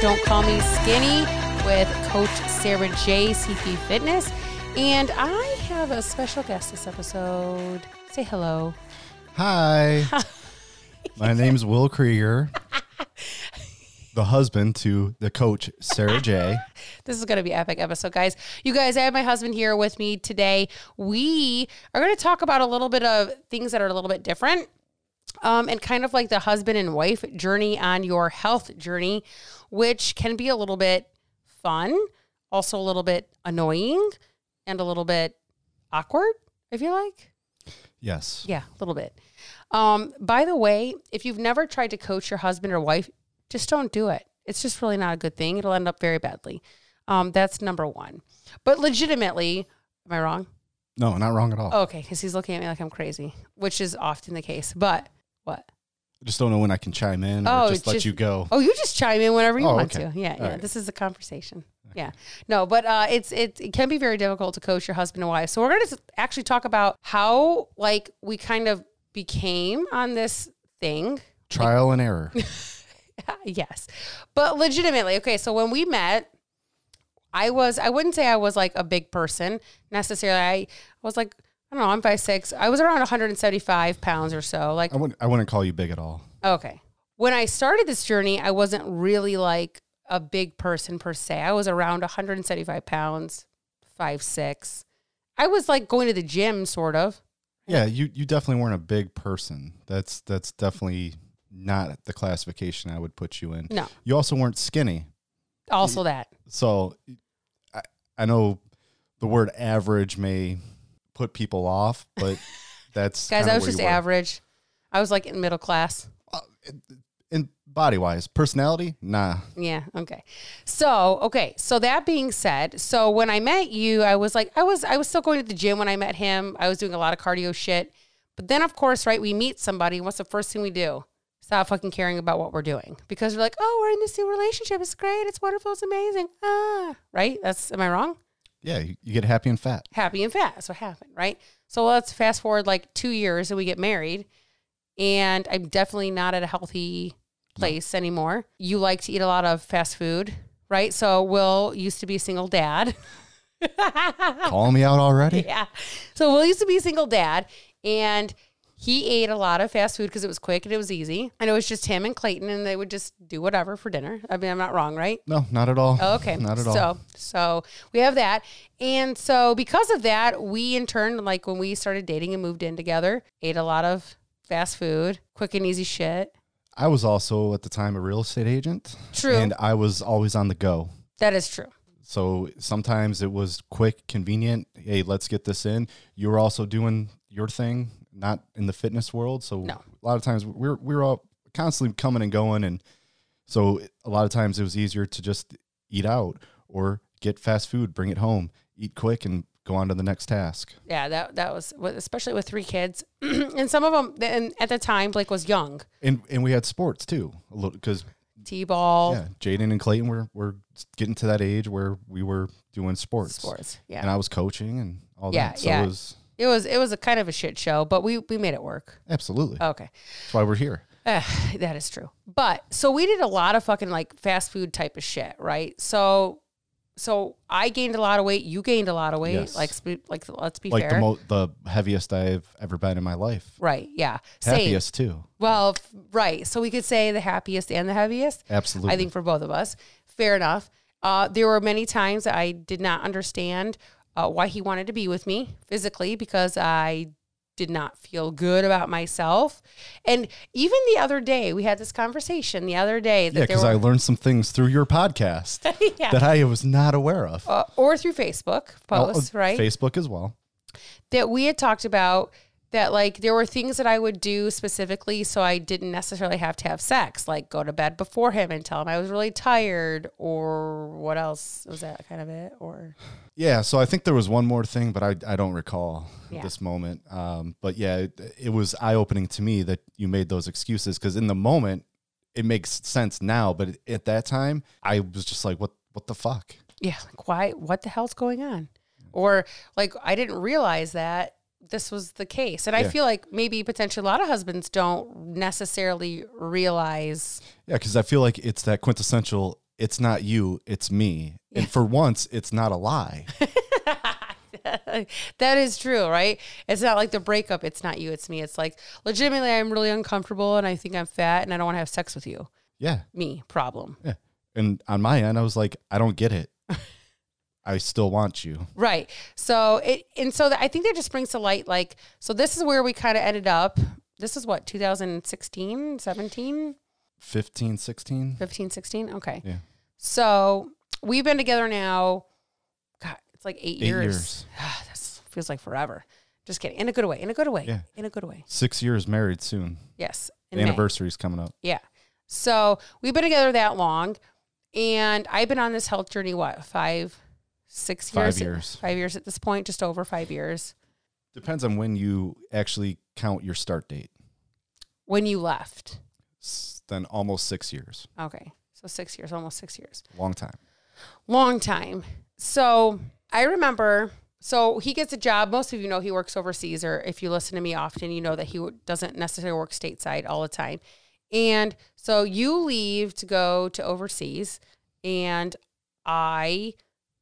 Don't Call Me Skinny with Coach Sarah J. CP Fitness. And I have a special guest this episode. Say hello. Hi. My name's Will Krieger, the husband to the coach, Sarah J. This is going to be epic episode, guys. You guys, I have my husband here with me today. We are going to talk about a little bit of things that are a little bit different. Um, and kind of like the husband and wife journey on your health journey, which can be a little bit fun, also a little bit annoying, and a little bit awkward, if you like. Yes. Yeah, a little bit. Um, by the way, if you've never tried to coach your husband or wife, just don't do it. It's just really not a good thing. It'll end up very badly. Um, that's number one. But legitimately, am I wrong? No, not wrong at all. Oh, okay, because he's looking at me like I'm crazy, which is often the case. But what? I just don't know when I can chime in or Oh, just let just- you go. Oh, you just chime in whenever you Oh, want okay. to. Yeah, yeah. right. This is a conversation. Yeah. No, but uh, it's it, it can be very difficult to coach your husband and wife. So we're going to actually talk about how like we kind of became on this thing Trial and error. yes. But legitimately, okay, so when we met, I was I wouldn't say I was like a big person necessarily. I was like, I don't know, I'm five six. I was around 175 pounds or so. Like I wouldn't, I wouldn't call you big at all. okay. When I started this journey, I wasn't really like a big person per se. I was around 175 pounds, five six. I was like going to the gym sort of. Yeah, you, you definitely weren't a big person. That's that's definitely not the classification I would put you in. No. You also weren't skinny. Also that. So I, I know the word average may put people off, but that's Guys, kinda I was where just you were. average. I was like in middle class. Uh, in body wise, personality, nah. Yeah. Okay. So, okay. So that being said, so when I met you, I was like, I was, I was still going to the gym when I met him. I was doing a lot of cardio shit. But then, of course, right, we meet somebody. What's the first thing we do? Stop fucking caring about what we're doing because we're like, oh, we're in this new relationship. It's great. It's wonderful. It's amazing. Ah, right. That's, am I wrong? Yeah, you, you get happy and fat. happy and fat. That's what happened, right? So let's fast forward like two years and we get married. And I'm definitely not at a healthy place anymore. You like to eat a lot of fast food, right? So Will used to be a single dad. Call me out already? Oh. yeah. So Will used to be a single dad and he ate a lot of fast food because it was quick and it was easy. And it was just him and Clayton and they would just do whatever for dinner. I mean, I'm not wrong, right? No, not at all. Oh, Okay. Not at all. So, so we have that. And so because of that, we in turn, like when we started dating and moved in together, ate a lot of fast food, quick and easy shit. I was also at the time a real estate agent. True. And I was always on the go. That is true. So sometimes it was quick, convenient. Hey, let's get this in. You were also doing your thing, not in the fitness world. So No. a lot of times we're we're all constantly coming and going, and so a lot of times it was easier to just eat out or get fast food, bring it home, eat quick, and go on to the next task. Yeah, that that was with- especially with three kids, and some of them. And at the time, Blake was young. And and we had sports too, a little because T-ball, yeah, Jaden and Clayton were were getting to that age where we were doing sports, sports. Yeah, and I was coaching and all Yeah, that. So yeah. it was it was it was a kind of a shit show, but we we made it work. absolutely Okay. that's why we're here. Uh, that is true. But so we did a lot of fucking like fast food type of shit, right? So, so I gained a lot of weight. You gained a lot of weight. Yes. Like, sp- like let's be like fair, the mo- the heaviest I've ever been in my life. right? Yeah, same. Happiest too. Well, f- right. So we could say the happiest and the heaviest. Absolutely. I think for both of us, fair enough. Uh, there were many times that I did not understand uh, why he wanted to be with me physically because I did not feel good about myself. And even the other day, we had this conversation the other day that there yeah, because were, I learned some things through your podcast yeah, that I was not aware of. uh, or through Facebook posts, Oh, right? Facebook as well. that we had talked about that like there were things that I would do specifically so I didn't necessarily have to have sex, like go to bed before him and tell him I was really tired or what else was that kind of it or Yeah, so I think there was one more thing, but I, I don't recall Yeah. at this moment. Um, but yeah, it, it was eye opening to me that you made those excuses because in the moment it makes sense now, but at that time I was just like, what what the fuck? yeah, like why what the hell's going on? Or like I didn't realize that this was the case. And I Yeah. feel like maybe potentially a lot of husbands don't necessarily realize Yeah, because I feel like it's that quintessential it's not you, it's me. And for once, it's not a lie. that is true, right? It's not like the breakup. It's not you. It's me. It's like legitimately, I'm really uncomfortable, and I think I'm fat, and I don't want to have sex with you. Yeah. Me problem. Yeah. And on my end, I was like, I don't get it. I still want you. Right. So it and so that I think that just brings to light like so this is where we kind of ended up. This is what 2016, 17, 15, 16? 15, 16. Okay. Yeah. So we've been together now. God, it's like eight, Eight years. years. this feels like forever. Just kidding. In a good way. In a good way. Yeah. In a good way. Six years married soon. Yes. The In May. anniversary's coming up. Yeah. So we've been together that long. And I've been on this health journey, what, five, six years? Five years. Five years at this point, just over five years. Depends on when you actually count your start date. When you left. S- Then almost six years. Okay. So six years, almost six years. Long time. long time. So I remember. So he gets a job. Most of you know he works overseas, or if you listen to me often, you know that he w- doesn't necessarily work stateside all the time. And so you leave to go to overseas, and I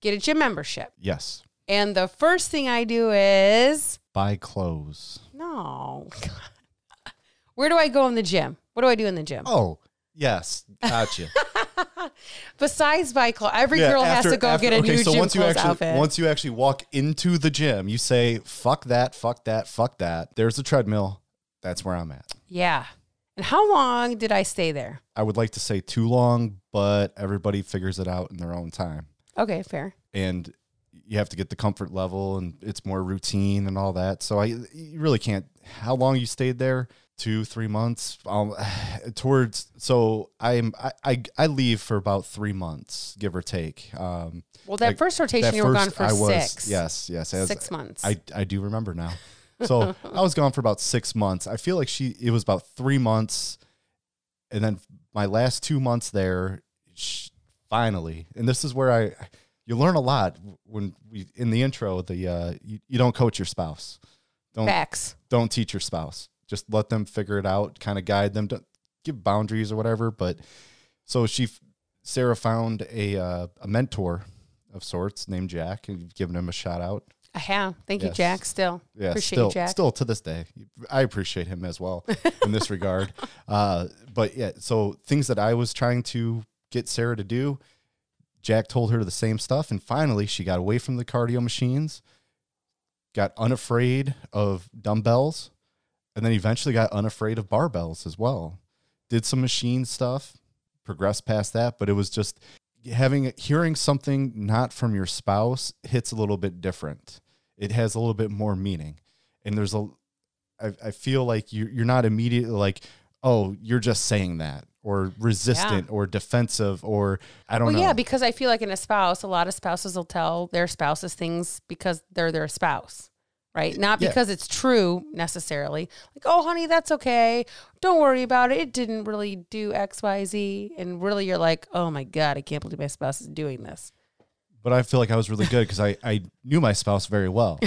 get a gym membership. Yes. And the first thing I do is Buy clothes. no. Where do I go in the gym? What do I do in the gym? Oh, yes. Gotcha. Besides buy clothes, every Yeah, girl after- has to go after- get a okay, new so gym once you clothes actually, outfit. Once you actually walk into the gym, you say, fuck that, fuck that, fuck that. There's the treadmill. That's where I'm at. Yeah. And how long did I stay there? I would like to say too long, but everybody figures it out in their own time. Okay, fair. And you have to get the comfort level and it's more routine and all that. So I you really can't how long you stayed there? Two, three months. Um towards so I'm I, I I leave for about three months, give or take. Um Well, that Like, first rotation, that you were gone for I was, six. Yes, yes. as- Six months. I, I do remember now. So I was gone for about six months. I feel like she it was about three months, and then my last two months there, sh finally. And this is where I you learn a lot when we in the intro the uh, you, you don't coach your spouse, don't Facts. don't teach your spouse. Just let them figure it out, kind of guide them, don't give boundaries or whatever. But so she, f- Sarah found a uh, a mentor of sorts named Jack, and you've given him a shout out. I have. Thank you, Yes. Jack. Still. Yeah, Appreciate still, you, Jack. still to this day, I appreciate him as well in this regard. Uh, but yeah, so things that I was trying to get Sarah to do, Jack told her the same stuff, and finally she got away from the cardio machines, got unafraid of dumbbells, and then eventually got unafraid of barbells as well. Did some machine stuff, progressed past that, but it was just having hearing something not from your spouse hits a little bit different. It has a little bit more meaning, and there's a. I, I feel like you you're not immediately like, oh, you're just saying that or resistant or defensive or I don't Well, know. yeah, because I feel like in a spouse, a lot of spouses will tell their spouses things because they're their spouse, right? Not Yeah. because it's true necessarily. Like, oh, honey, that's okay. Don't worry about it. It didn't really do X, Y, Z. And really, you're like, oh my God, I can't believe my spouse is doing this. but I feel like I was really good because I, I knew my spouse very well.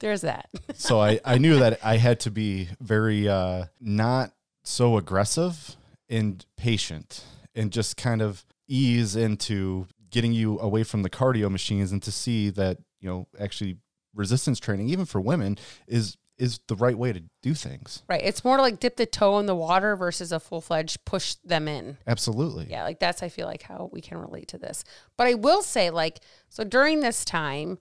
There's that. So I, I knew that I had to be very uh, not so aggressive and patient and just kind of ease into getting you away from the cardio machines and to see that, you know, actually resistance training, even for women, is is the right way to do things. right. It's more like dip the toe in the water versus a full fledged push them in. Absolutely. yeah like that's i feel like how we can relate to this but i will say like so during this time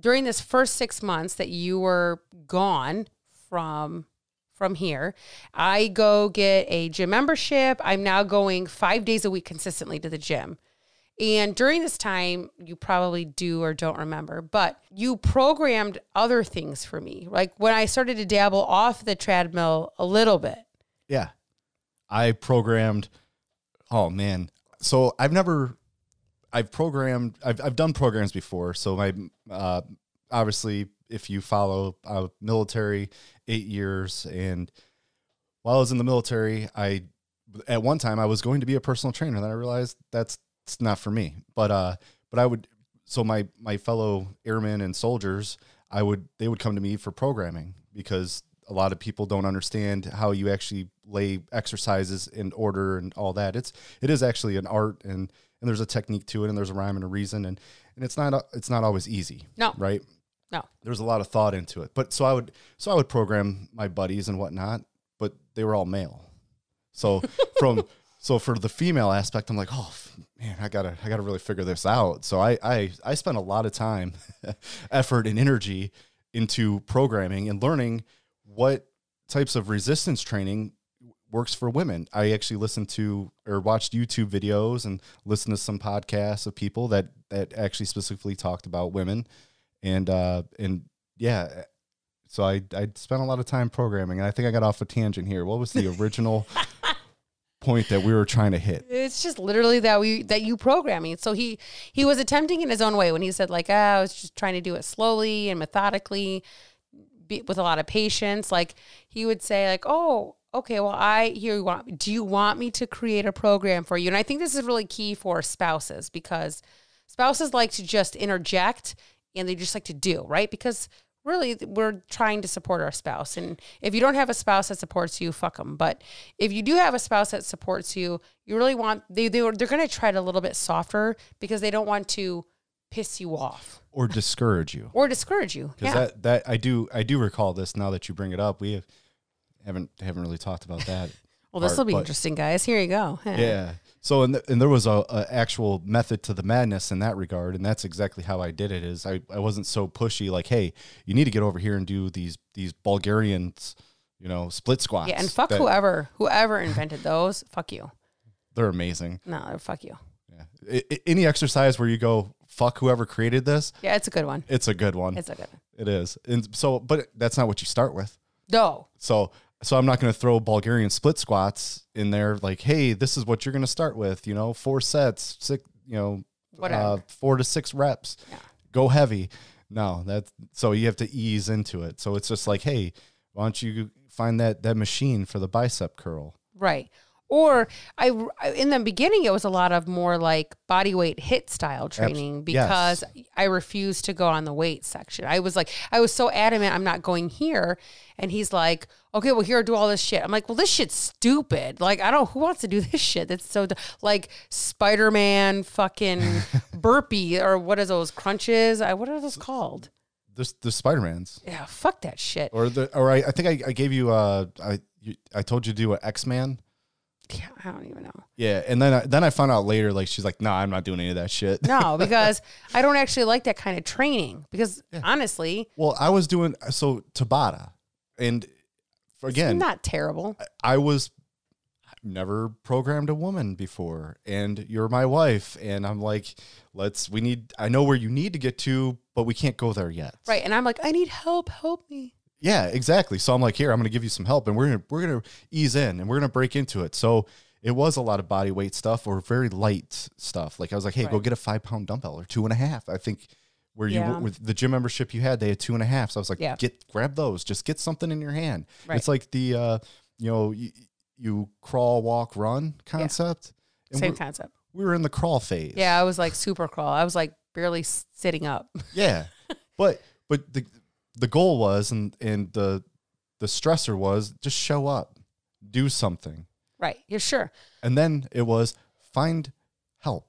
during this first six months that you were gone from from here i go get a gym membership i'm now going five days a week consistently to the gym and during this time, you probably do or don't remember, but you programmed other things for me. Like when I started to dabble off the treadmill a little bit. Yeah. I programmed oh man. So I've never I've programmed I've I've done programs before. So my uh obviously if you follow uh, military 8 years and while I was in the military, I at one time I was going to be a personal trainer then I realized that's it's not for me. But uh but I would so my my fellow airmen and soldiers, I would they would come to me for programming because a lot of people don't understand how you actually lay exercises in order and all that. It's it is actually an art and and there's a technique to it and there's a rhyme and a reason and and it's not a- it's not always easy. No. Right? No. There's a lot of thought into it. But so I would so I would program my buddies and whatnot, but they were all male. So from so for the female aspect, I'm like, oh f- man, I gotta I gotta really figure this out. So I I I spent a lot of time, effort and energy into programming and learning what types of resistance training works for women. I actually listened to or watched YouTube videos and listened to some podcasts of people that that actually specifically talked about women, and uh, and yeah. So I I spent a lot of time programming, and I think I got off a tangent here. What was the original point that we were trying to hit? It's just literally that we that you programming. So he he was attempting in his own way when he said like ah, I was just trying to do it slowly and methodically, be, with a lot of patience. Like he would say like oh okay well I here you want do you want me to create a program for you? And I think this is really key for spouses because spouses like to just interject and they just like to do right because really th- we're trying to support our spouse and if you don't have a spouse that supports you fuck them but if you do have a spouse that supports you you really want they, they were- they're going to try it a little bit softer because they don't want to piss you off Or discourage you? or discourage you yeah Because that that I do I do recall this now that you bring it up. We have, haven't haven't really talked about that. well this part, will be but- interesting guys here you go Huh. Yeah. So and th- and there was a, a actual method to the madness in that regard, and that's exactly how I did it. Is I, I wasn't so pushy like, hey, you need to get over here and do these these Bulgarians, you know, split squats. yeah and fuck that- whoever whoever invented those fuck you They're amazing. no fuck you Yeah. I, I- any exercise where you go fuck whoever created this, yeah it's a good one it's a good one. it's a good one It is. And so, but that's not what you start with. no So so I'm not going to throw Bulgarian split squats in there like, hey, this is what you're going to start with, you know, four sets, six, you know, uh, Whatever. four to six reps. Yeah. Go heavy. No, that's so you have to ease into it. So it's just like, hey, why don't you find that that machine for the bicep curl? Right. Or I in the beginning it was a lot of more like body weight hit style training because I refused to go on the weight section. I was like I was so adamant I'm not going here and he's like okay well here do all this shit. I'm like well this shit's stupid. Like I don't who wants to do this shit. That's so d- like Spider-Man fucking burpee or what is those crunches? I what are those called? This the Spider-Man's Yeah, fuck that shit. or the or I, I think I, I gave you uh I you, I told you to do an X-Man. Yeah, I don't even know. Yeah, and then I, then I found out later like she's like, "No, nah, I'm not doing any of that shit." No, because I don't actually like that kind of training. Because honestly, Well, I was doing so Tabata, and again, not terrible. I was never programmed a woman before, and you're my wife, and I'm like, let's. We need. I know where you need to get to, but we can't go there yet. Right. And I'm like, I need help. Help me. Yeah, exactly. So I'm like, here, I'm going to give you some help, and we're gonna we're gonna ease in, and we're gonna break into it. So. It was a lot of body weight stuff or very light stuff. Like I was like, "Hey, go Right. get a five pound dumbbell or two and a half." I think where you Yeah. with the gym membership you had, they had two and a half. So I was like, Yeah. "Get grab those. Just get something in your hand." Right. It's like the uh, you know you, you crawl, walk, run concept. And Same we're- concept. we were in the crawl phase. Yeah. I was like super crawl. I was like barely s- sitting up. Yeah. but but the the goal was and and the the stressor was just show up, do something. Right. You're sure. And then it was find help.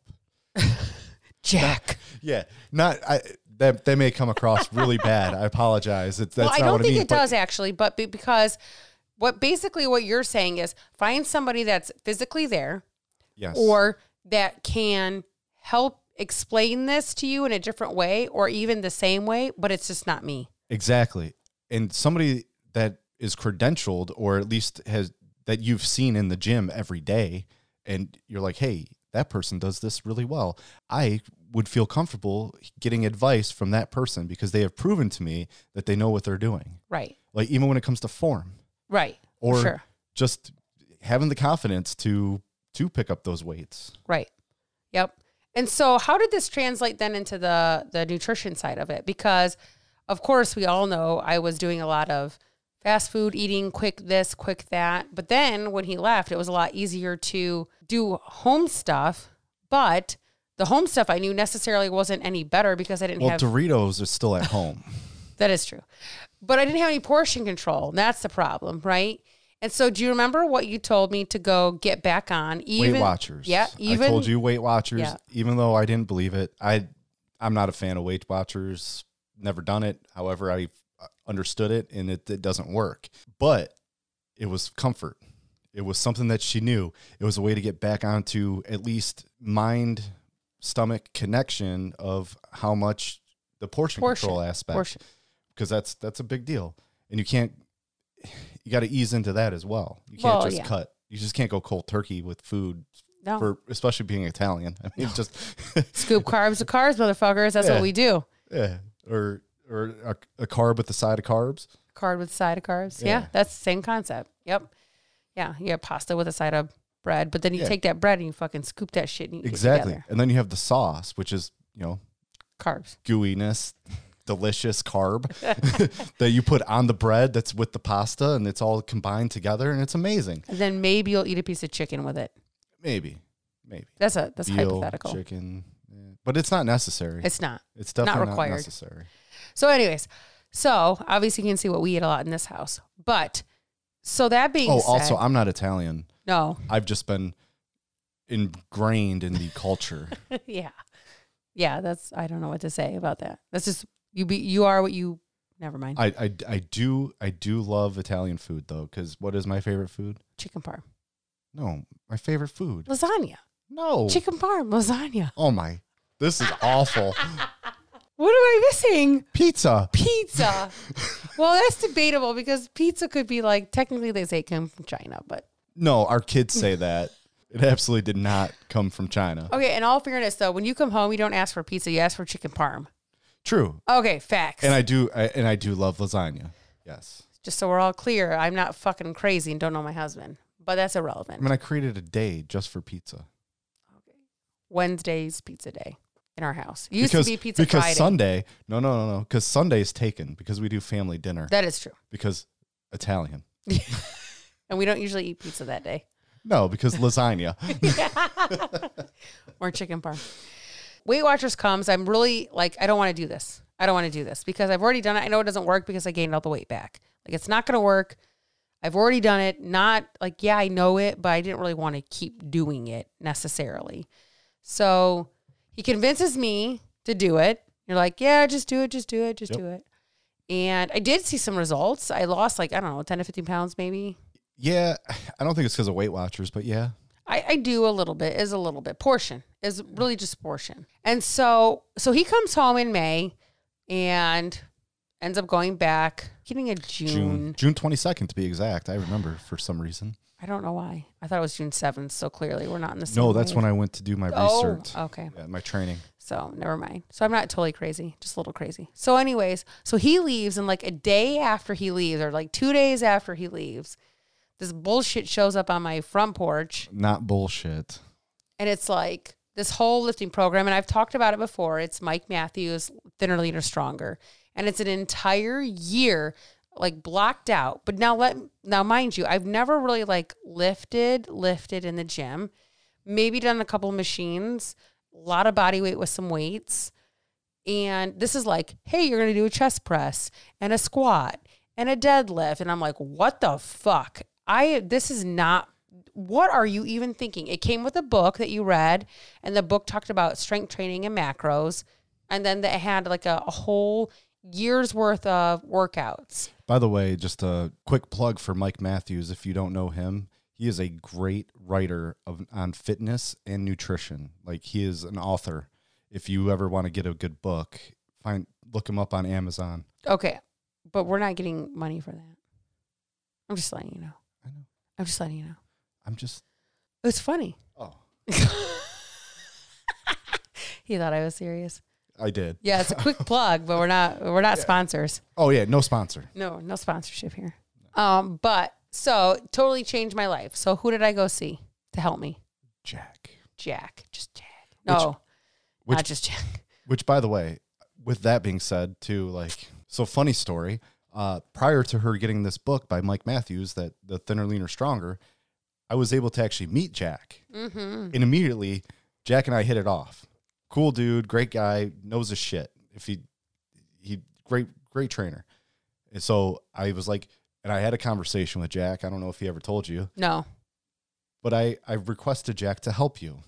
Jack. Yeah. Not I that that may come across really bad. I apologize. It's that's well, I not don't what think I mean. it but- does actually, but be- because what basically what you're saying is find somebody that's physically there yes. or that can help explain this to you in a different way or even the same way, but it's just not me. Exactly. And somebody that is credentialed or at least has that you've seen in the gym every day and you're like, "Hey, that person does this really well. I would feel comfortable getting advice from that person because they have proven to me that they know what they're doing." Right. Like even when it comes to form Right. or sure. just having the confidence to to pick up those weights. Right. Yep. And so how did this translate then into the the nutrition side of it? Because of course we all know I was doing a lot of fast food eating, quick this, quick that. But then when he left, it was a lot easier to do home stuff, but the home stuff I knew necessarily wasn't any better because I didn't Well, have Doritos is still at home. That is true. But I didn't have any portion control. That's the problem, right? And so, do you remember what you told me to go get back on? Even Weight Watchers. Yeah. Even I told you Weight Watchers, Yeah. even though I didn't believe it. I I'm not a fan of Weight Watchers. Never done it. However, I understood it and it, it doesn't work. But it was comfort. It was something that she knew. It was a way to get back onto at least mind stomach connection of how much the portion, Portion. control aspect portion. because that's that's a big deal, and you can't you got to ease into that as well. You can't Well, just yeah. cut. You just can't go cold turkey with food No. for especially being Italian. I mean, just Scoop carbs with carbs, motherfuckers. That's Yeah. what we do. yeah, or or a, a carb with the side of carbs. Card with side of carbs. Yeah. Yeah. That's the same concept. Yep. Yeah. You have pasta with a side of bread, but then you Yeah. take that bread and you fucking scoop that shit and you eat Exactly, it together. and then you have the sauce, which is you know Carbs. gooiness, delicious carb that you put on the bread that's with the pasta, and it's all combined together, and it's amazing. And then maybe you'll eat a piece of chicken with it. Maybe, maybe That's a that's Veal, hypothetical. chicken, yeah. but it's not necessary. It's, It's not. definitely required. not necessary. So, anyways, so obviously you can see what we eat a lot in this house. But so that being Oh, said, also, I'm not Italian. no, I've just been ingrained in the culture. yeah, yeah. That's I don't know what to say about that. That's just you be you are what you. Never mind. I, I, I do I do love Italian food though, because what is my favorite food? chicken parm, No, my favorite food. lasagna, No. chicken parm, lasagna. Oh my, this is awful. What am I missing? Pizza. Pizza. well, that's debatable because pizza could be like technically they say it came from China, but No, our kids say that. It absolutely did not come from China. okay. In all fairness, though, when you come home, you don't ask for pizza; you ask for chicken parm. True, Okay, facts. and I do I, and I do love lasagna. Yes, just so we're all clear, I'm not fucking crazy and don't know my husband, but that's I irrelevant. mean I created a day just for pizza. Wednesday's pizza day in our house. It used because to be pizza because Friday. Sunday. No, no, no, no. Because Sunday's taken because we do family dinner that is true. because Italian. And we don't usually eat pizza that day No, because lasagna. or chicken parm. Weight Watchers comes. I'm really like, I don't want to do this. I don't want to do this because I've already done it. I know it doesn't work because I gained all the weight back. Like, it's not going to work. I've already done it. Not like, yeah, I know it, but I didn't really want to keep doing it necessarily. So he convinces me to do it. You're like, yeah, just do it, just do it, just Yep. do it. And I did see some results. I lost like, I don't know, 10 to 15 pounds maybe. yeah, I don't think it's because of Weight Watchers, but yeah, I, I do a little bit, is a little bit. Portion is really just portion. And so so he comes home in May and ends up going back, getting a June June twenty second to be exact. I remember for some reason. I don't know why. I thought it was June seventh. So clearly, we're not in the same. No, that's when I went to do my research, Oh, okay. yeah, my training. So never mind. So I'm not totally crazy, just a little crazy. So, anyways, so he leaves, and like a day after he leaves, or like two days after he leaves, this bullshit shows up on my front porch, Not bullshit. and it's like this whole lifting program. And I've talked about it before. It's Mike Matthews, Thinner, Leaner, Stronger, and it's an entire year like blocked out. But now let now mind you, I've never really like lifted, lifted in the gym. Maybe done a couple machines, a lot of body weight with some weights. And this is like, hey, you're gonna do a chest press and a squat and a deadlift. And I'm like, what the fuck? I this is not what are you even thinking? It came with a book that you read, and the book talked about strength training and macros, and then it had like a, a whole year's worth of workouts. By the way, just a quick plug for Mike Matthews. If you don't know him, he is a great writer of on fitness and nutrition. Like he is an author. If you ever want to get a good book, find look him up on Amazon. Okay, but we're not getting money for that. I'm just letting you know. I know. I'm just letting you know. I'm just It's funny. oh, He thought I was serious. I did. Yeah, it's a quick plug, but we're not we're not sponsors. Oh yeah, no sponsor. No, no sponsorship here. Um, but so totally changed my life. So who did I go see to help me? Jack. Jack, just Jack. Which- No, which- not just Jack. Which, by the way, with that being said, too, like, so funny story. Uh, prior to her getting this book by Mike Matthews, that the thinner, leaner, stronger, I was able to actually meet Jack, Mm-hmm. and immediately Jack and I hit it off. Cool dude, great guy, knows his shit. If he, he great, great trainer. And so I was like, and I had a conversation with Jack. I don't know if he ever told you, No. but I, I requested Jack to help you.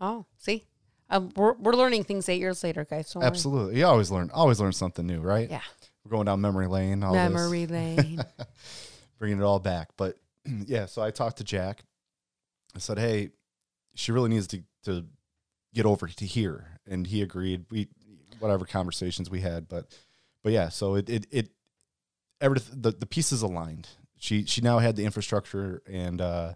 Oh, see, um, we're we're learning things eight years later, guys. Don't worry. Absolutely. You always learn, always learn something new, right? Oh, Yeah. We're going down memory lane, all this. Memory lane. bringing it all back. But yeah, so I talked to Jack. I said, "Hey, she really needs to to get over to here," and he agreed. We whatever conversations we had, but but yeah, so it it it everything the the pieces aligned. She she now had the infrastructure and uh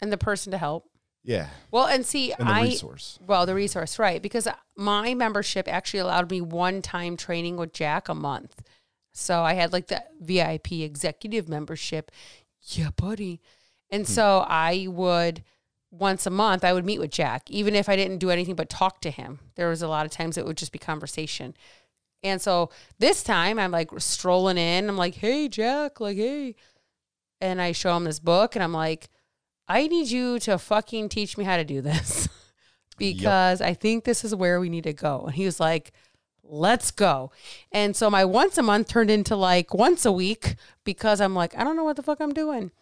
and the person to help. yeah Well, and see, and the I resource. well the resource right because my membership actually allowed me one time training with Jack a month. So I had like the VIP executive membership. Yeah, buddy. And so I would once a month I would meet with Jack even if I didn't do anything but talk to him. There was a lot of times it would just be conversation. And so this time I'm like strolling in. I'm like, "Hey Jack, like hey." And I show him this book and I'm like, "I need you to fucking teach me how to do this." because I think this is where we need to go. And he was like, let's go. And so my once a month turned into like once a week because I'm like, I don't know what the fuck I'm doing.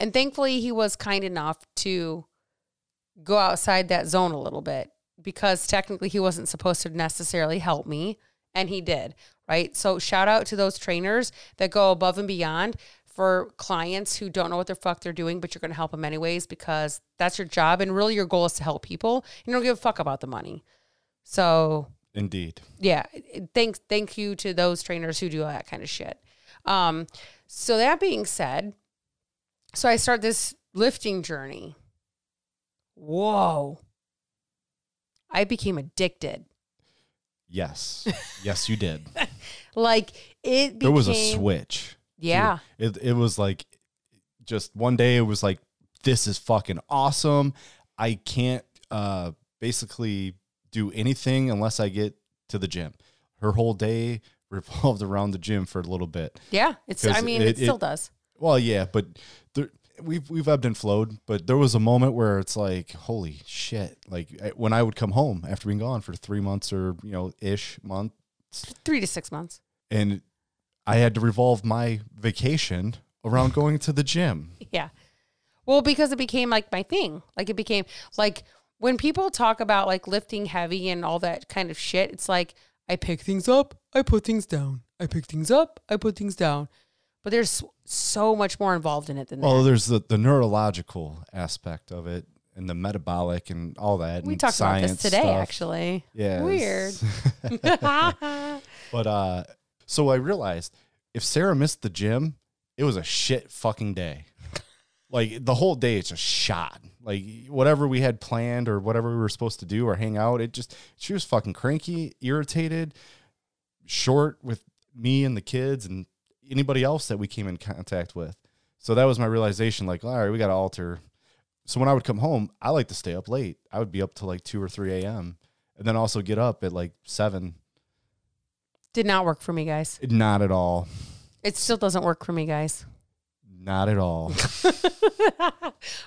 And thankfully, he was kind enough to go outside that zone a little bit because technically he wasn't supposed to necessarily help me and he did right so shout out to those trainers that go above and beyond for clients who don't know what the fuck they're doing but you're going to help them anyways because that's your job and really your goal is to help people you don't give a fuck about the money so Indeed, yeah it- thanks thank you to those trainers who do that kind of shit um so that being said so i start this lifting journey whoa i became addicted yes, yes, you did. like it became, There was a switch. yeah It it was like just one day it was like this is fucking awesome. I can't uh basically do anything unless I get to the gym. Her whole day revolved around the gym for a little bit. yeah it's i 'Cause mean it- it, it- still does Well, yeah, but there, we've we've ebbed and flowed, but there was a moment where it's like, holy shit! Like I- when I would come home after being gone for three months or you know ish month, three to six months and I had to revolve my vacation around going to the gym. Yeah. Well, because it became like my thing. Like it became like when people talk about like lifting heavy and all that kind of shit, it's like I pick things up, I put things down. I pick things up, I put things down. But there's so much more involved in it than Well, that. there's the, the neurological aspect of it and the metabolic and all that. We and talked about this science today, stuff. actually. Yeah. Weird. but uh, so I realized if Sarah missed the gym, it was a shit fucking day. Like the whole day, it's a shot. Like whatever we had planned or whatever we were supposed to do or hang out, it just she was fucking cranky, irritated, short with me and the kids and anybody else that we came in contact with. So that was my realization. Like, all right, we got to alter. So when I would come home, I like to stay up late. I would be up till like two or three a.m. and then also get up at like seven. Did not work for me, guys. Not at all. It still doesn't work for me, guys. Not at all.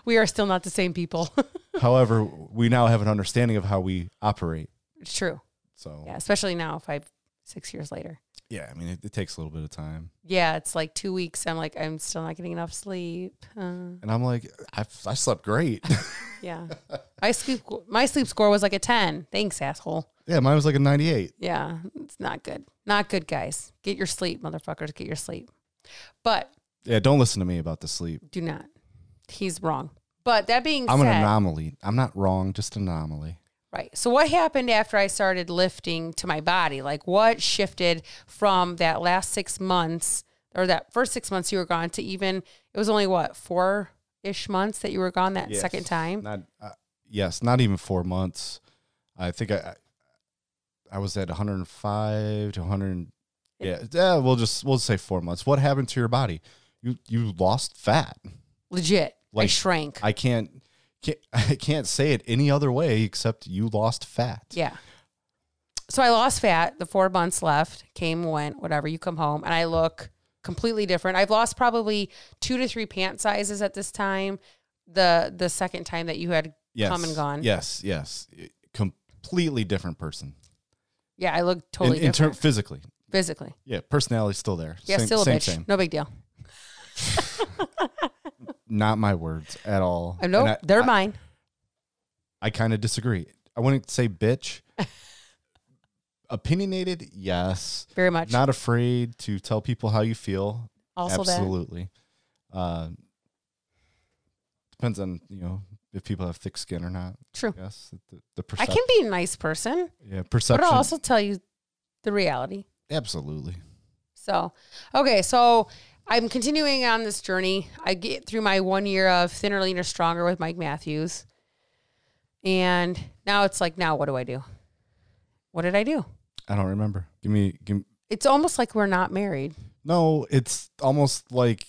we are still not the same people. However, we now have an understanding of how we operate. it's true. So Yeah, especially now, five, six years later. yeah, I mean, it, it takes a little bit of time. yeah, it's like two weeks. I'm like, I'm still not getting enough sleep. Uh, And I'm like, I, I slept great. yeah, my sleep my sleep score was like a ten. Thanks, asshole. yeah, mine was like a 98. Yeah, it's not good. Not good, guys. Get your sleep, motherfuckers. Get your sleep. But Yeah, don't listen to me about the sleep. do not. He's wrong. But that being I'm an said, anomaly. I'm not wrong, just anomaly. Right. So what happened after I started lifting to my body? Like what shifted from that last six months or that first six months you were gone to even it was only what four ish months that you were gone that Yes. second time? Not uh, yes, not even four months. I think I I I was at 105 to 100. Yeah, yeah, we'll just we'll say four months. What happened to your body? You you lost fat. Legit. I Like, shrank. I can't, can't I can't say it any other way except you lost fat. Yeah. So I lost fat. The four months left came, went, whatever. You come home and I look completely different. I've lost probably two to three pant sizes at this time. The the second time that you had Yes. come and gone. Yes, yes. Completely different person. Yeah, I look totally in, in different. term physically. physically. Yeah, personality's still there. Yeah, same, still a same, bitch. same. No big deal. Not my words at all. I know And I, they're I, mine. I kind of disagree. I wouldn't say bitch. Opinionated, yes. Very much. Not afraid to tell people how you feel. also that. Absolutely. Uh, depends on you know if people have thick skin or not. True. Yes, the, the I perception. can be a nice person, yeah, but perception. I'll also tell you the reality. absolutely. So, okay, so I'm continuing on this journey. I get through my one year of thinner, leaner, stronger with Mike Matthews, and now it's like, now what do I do? What did I do? I don't remember. Give me, give me. It's almost like we're not married. No, it's almost like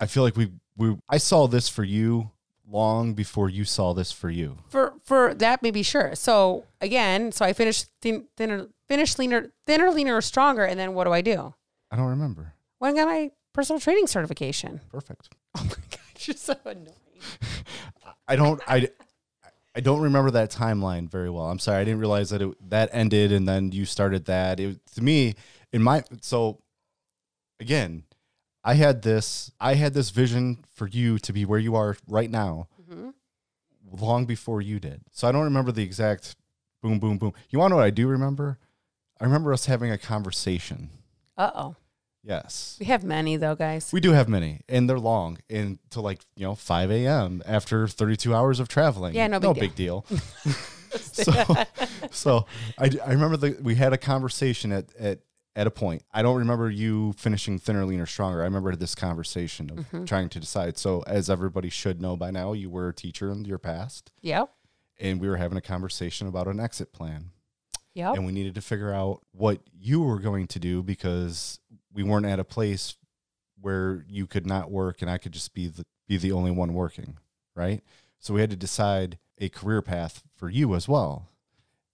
I feel like we we I saw this for you long before you saw this for you. for for that maybe sure. So again, so I finished thin, thinner, finished leaner, thinner, leaner, or stronger, and then what do I do? I don't remember. When I got my personal training certification. Perfect. Oh my gosh, you're so annoying. I don't I I don't remember that timeline very well. I'm sorry. I didn't realize that it that ended and then you started that. It to me in my so again, I had this I had this vision for you to be where you are right now long before you did. So I don't remember the exact boom boom boom. You want to know what I do remember? I remember us having a conversation. Uh oh, Yes. we have many though, guys. We do have many, and they're long, and to like you know five a.m. after thirty-two hours of traveling. Yeah, no big deal. big deal. so, so I, I remember the, we had a conversation at at at a point. I don't remember you finishing thinner, leaner, stronger. I remember this conversation of trying to decide. So, as everybody should know by now, you were a teacher in your past, Yep, and we were having a conversation about an exit plan yep. and we needed to figure out what you were going to do because we weren't at a place where you could not work and I could just be the be the only one working, right? So we had to decide a career path for you as well.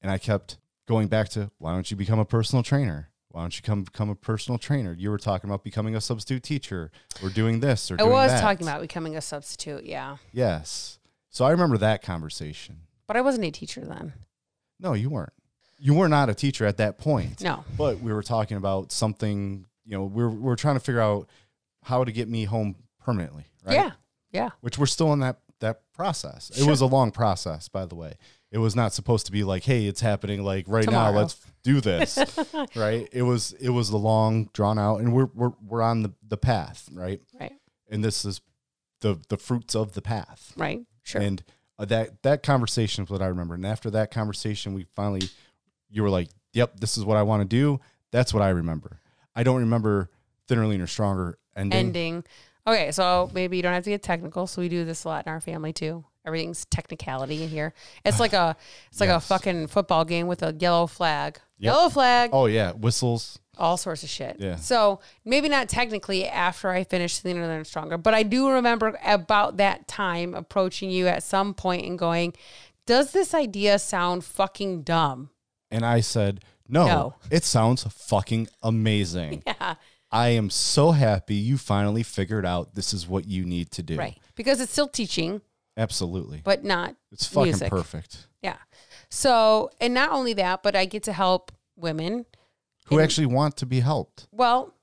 And I kept going back to why don't you become a personal trainer? Why don't you come become a personal trainer? You were talking about becoming a substitute teacher or doing this or I doing was that. talking about becoming a substitute, yeah, Yes. So I remember that conversation. but I wasn't a teacher then. No, you weren't. You were not a teacher at that point. No, but we were talking about something you know we we're we we're trying to figure out how to get me home permanently right yeah, yeah. which we're still in that that process it was a long process by the way it was not supposed to be like hey it's happening like right Tomorrow. now let's do this right it was it was the long drawn out and we're we're, we're on the, the path right Right, and this is the the fruits of the path right, sure. and uh, that that conversation is what I remember. And after that conversation, we finally, you were like, "Yep, this is what I want to do." That's what I remember. I don't remember thinner, leaner, stronger ending. ending. Okay, so maybe you don't have to get technical. So we do this a lot in our family too. Everything's technicality in here. It's like a it's like a Yes. fucking football game with a yellow flag. Yep. Yellow flag, Oh yeah, whistles. all sorts of shit. Yeah. So maybe not technically after I finished Thinner Than Stronger, but I do remember about that time approaching you at some point and going, Does this idea sound fucking dumb? And I said, "No, No. it sounds fucking amazing. Yeah. I am so happy you finally figured out this is what you need to do." Right. Because it's still teaching, Absolutely. but not It's fucking Music. perfect. yeah. So and not only that, but I get to help women Who actually want to be helped? Well,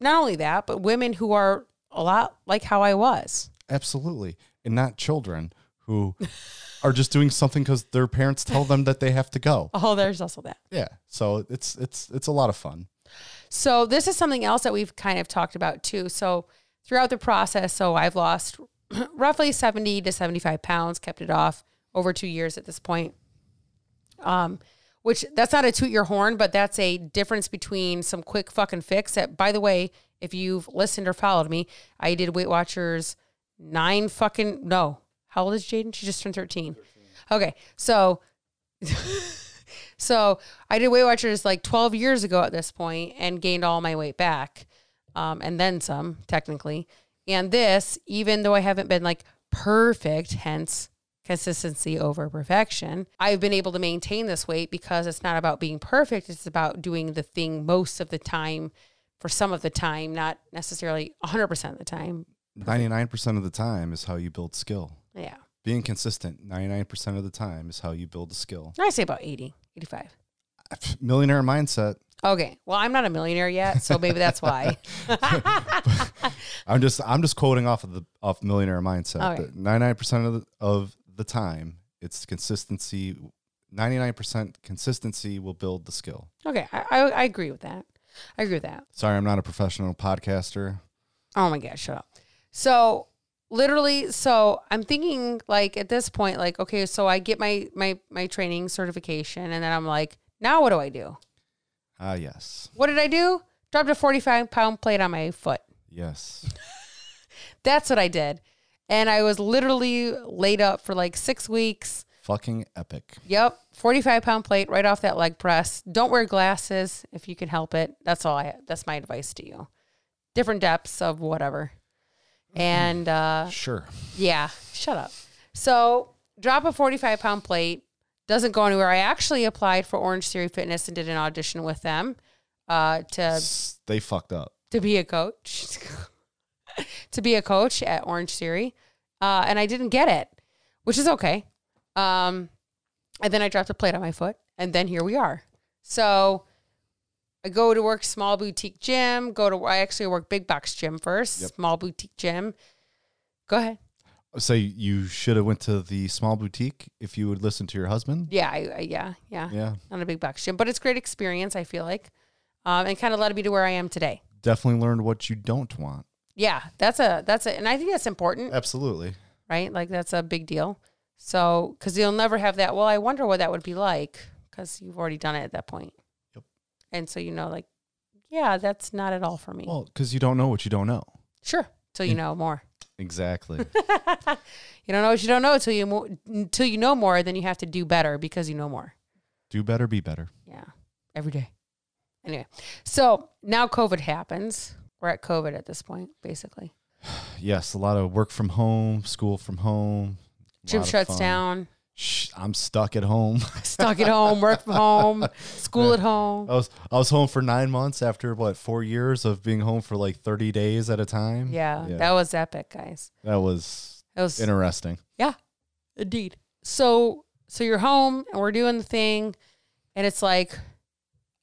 not only that, but women who are a lot like how I was. Absolutely. And not children who are just doing something because their parents tell them that they have to go. Oh, there's also that. Yeah. So it's it's it's a lot of fun. So this is something else that we've kind of talked about too. So throughout the process, so I've lost roughly 70 to 75 pounds, kept it off over two years at this point. Um, which that's not a toot your horn, but that's a difference between some quick fucking fix that by the way, if you've listened or followed me, I did Weight Watchers nine fucking no. How old is Jaden? She just turned 13. Okay. So So I did Weight Watchers like 12 years ago at this point and gained all my weight back um, and then some, technically. And this, even though I haven't been like perfect, hence consistency over perfection, I've been able to maintain this weight because it's not about being perfect. It's about doing the thing most of the time for some of the time, not necessarily 100% of the time. Ninety nine percent of the time is how you build skill. Yeah. Being consistent ninety nine percent of the time is how you build a skill. I say about 80, 85. Millionaire mindset. Okay. Well, I'm not a millionaire yet, so maybe that's why. I'm just I'm just quoting off of the off millionaire mindset. Okay. That 99% of the, of the time, it's consistency. 99% consistency will build the skill. Okay. I, I, I agree with that. I agree with that. Sorry, I'm not a professional podcaster. Oh my gosh, shut up. So literally, so I'm thinking like at this point, like, okay, so I get my my my training certification and then I'm like, now what do I do? Ah, yes. What did I do? Dropped a 45 pound plate on my foot. Yes. That's what I did. And I was literally laid up for like six weeks. Fucking epic. Yep. 45 pound plate right off that leg press. Don't wear glasses if you can help it. That's all I, that's my advice to you. Different depths of whatever. And, uh, Sure. yeah, shut up. So, drop a 45 pound plate. Doesn't go anywhere. I actually applied for Orange Theory Fitness and did an audition with them uh, to S- They fucked up. to be a coach, to be a coach at Orange Theory, uh, and I didn't get it, which is okay. Um, and then I dropped a plate on my foot, and then here we are. So I go to work small boutique gym. Go to I actually work big box gym first, Yep. small boutique gym. Go ahead. So you should have went to the small boutique if you would listen to your husband. Yeah, I, I, yeah, yeah, Yeah. Not a big box gym, but it's great experience. I feel like, um, and kind of led me to where I am today. Definitely learned what you don't want. Yeah, that's a that's a, and I think that's important. Absolutely. right? Like that's a big deal. So, because you'll never have that. Well, I wonder what that would be like because you've already done it at that point. Yep. And so you know, like, yeah, that's not at all for me. Well, because you don't know what you don't know. sure. Till you know more. Exactly. You don't know what you don't know till you mo- until you know more. Then you have to do better because you know more. Do better, be better. Yeah. Every day. Anyway, so now COVID happens. We're at COVID at this point, basically. Yes, a lot of work from home, school from home. a Gym lot of shuts fun. down. Shh, I'm stuck at home. Stuck at home. Work from home. School at home. I was I was home for nine months after what four years of being home for like thirty days at a time. Yeah, Yeah. that was epic, guys. that was That was interesting. Indeed. So so you're home and we're doing the thing and it's like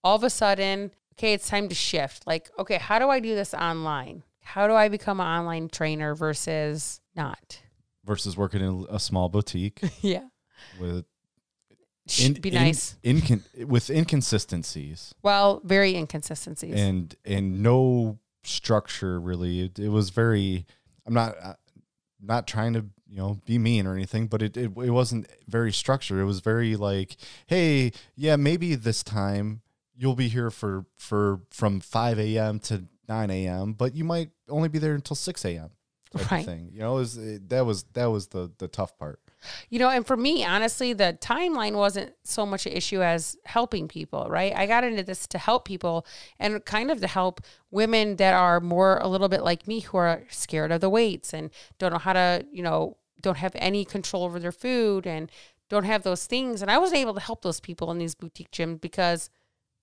all of a sudden, okay, it's time to shift. Like, okay, how do I do this online? How do I become an online trainer versus not? Versus working in a small boutique Yeah. with Shh, be nice. incon- with inconsistencies well, very inconsistencies. and and no structure really. It, it was very. I'm not uh, not trying to you know be mean or anything, but it, it it wasn't very structured. It was very like, hey, yeah, maybe this time you'll be here for for from 5 a.m. to 9 a.m., but you might only be there until 6 a.m. type of Right. Thing. You know, it was, it, that was that was the the tough part. you know, and for me, honestly, the timeline wasn't so much an issue as helping people, right? I got into this to help people and kind of to help women that are more a little bit like me who are scared of the weights and don't know how to, you know, don't have any control over their food and don't have those things. And I wasn't able to help those people in these boutique gyms because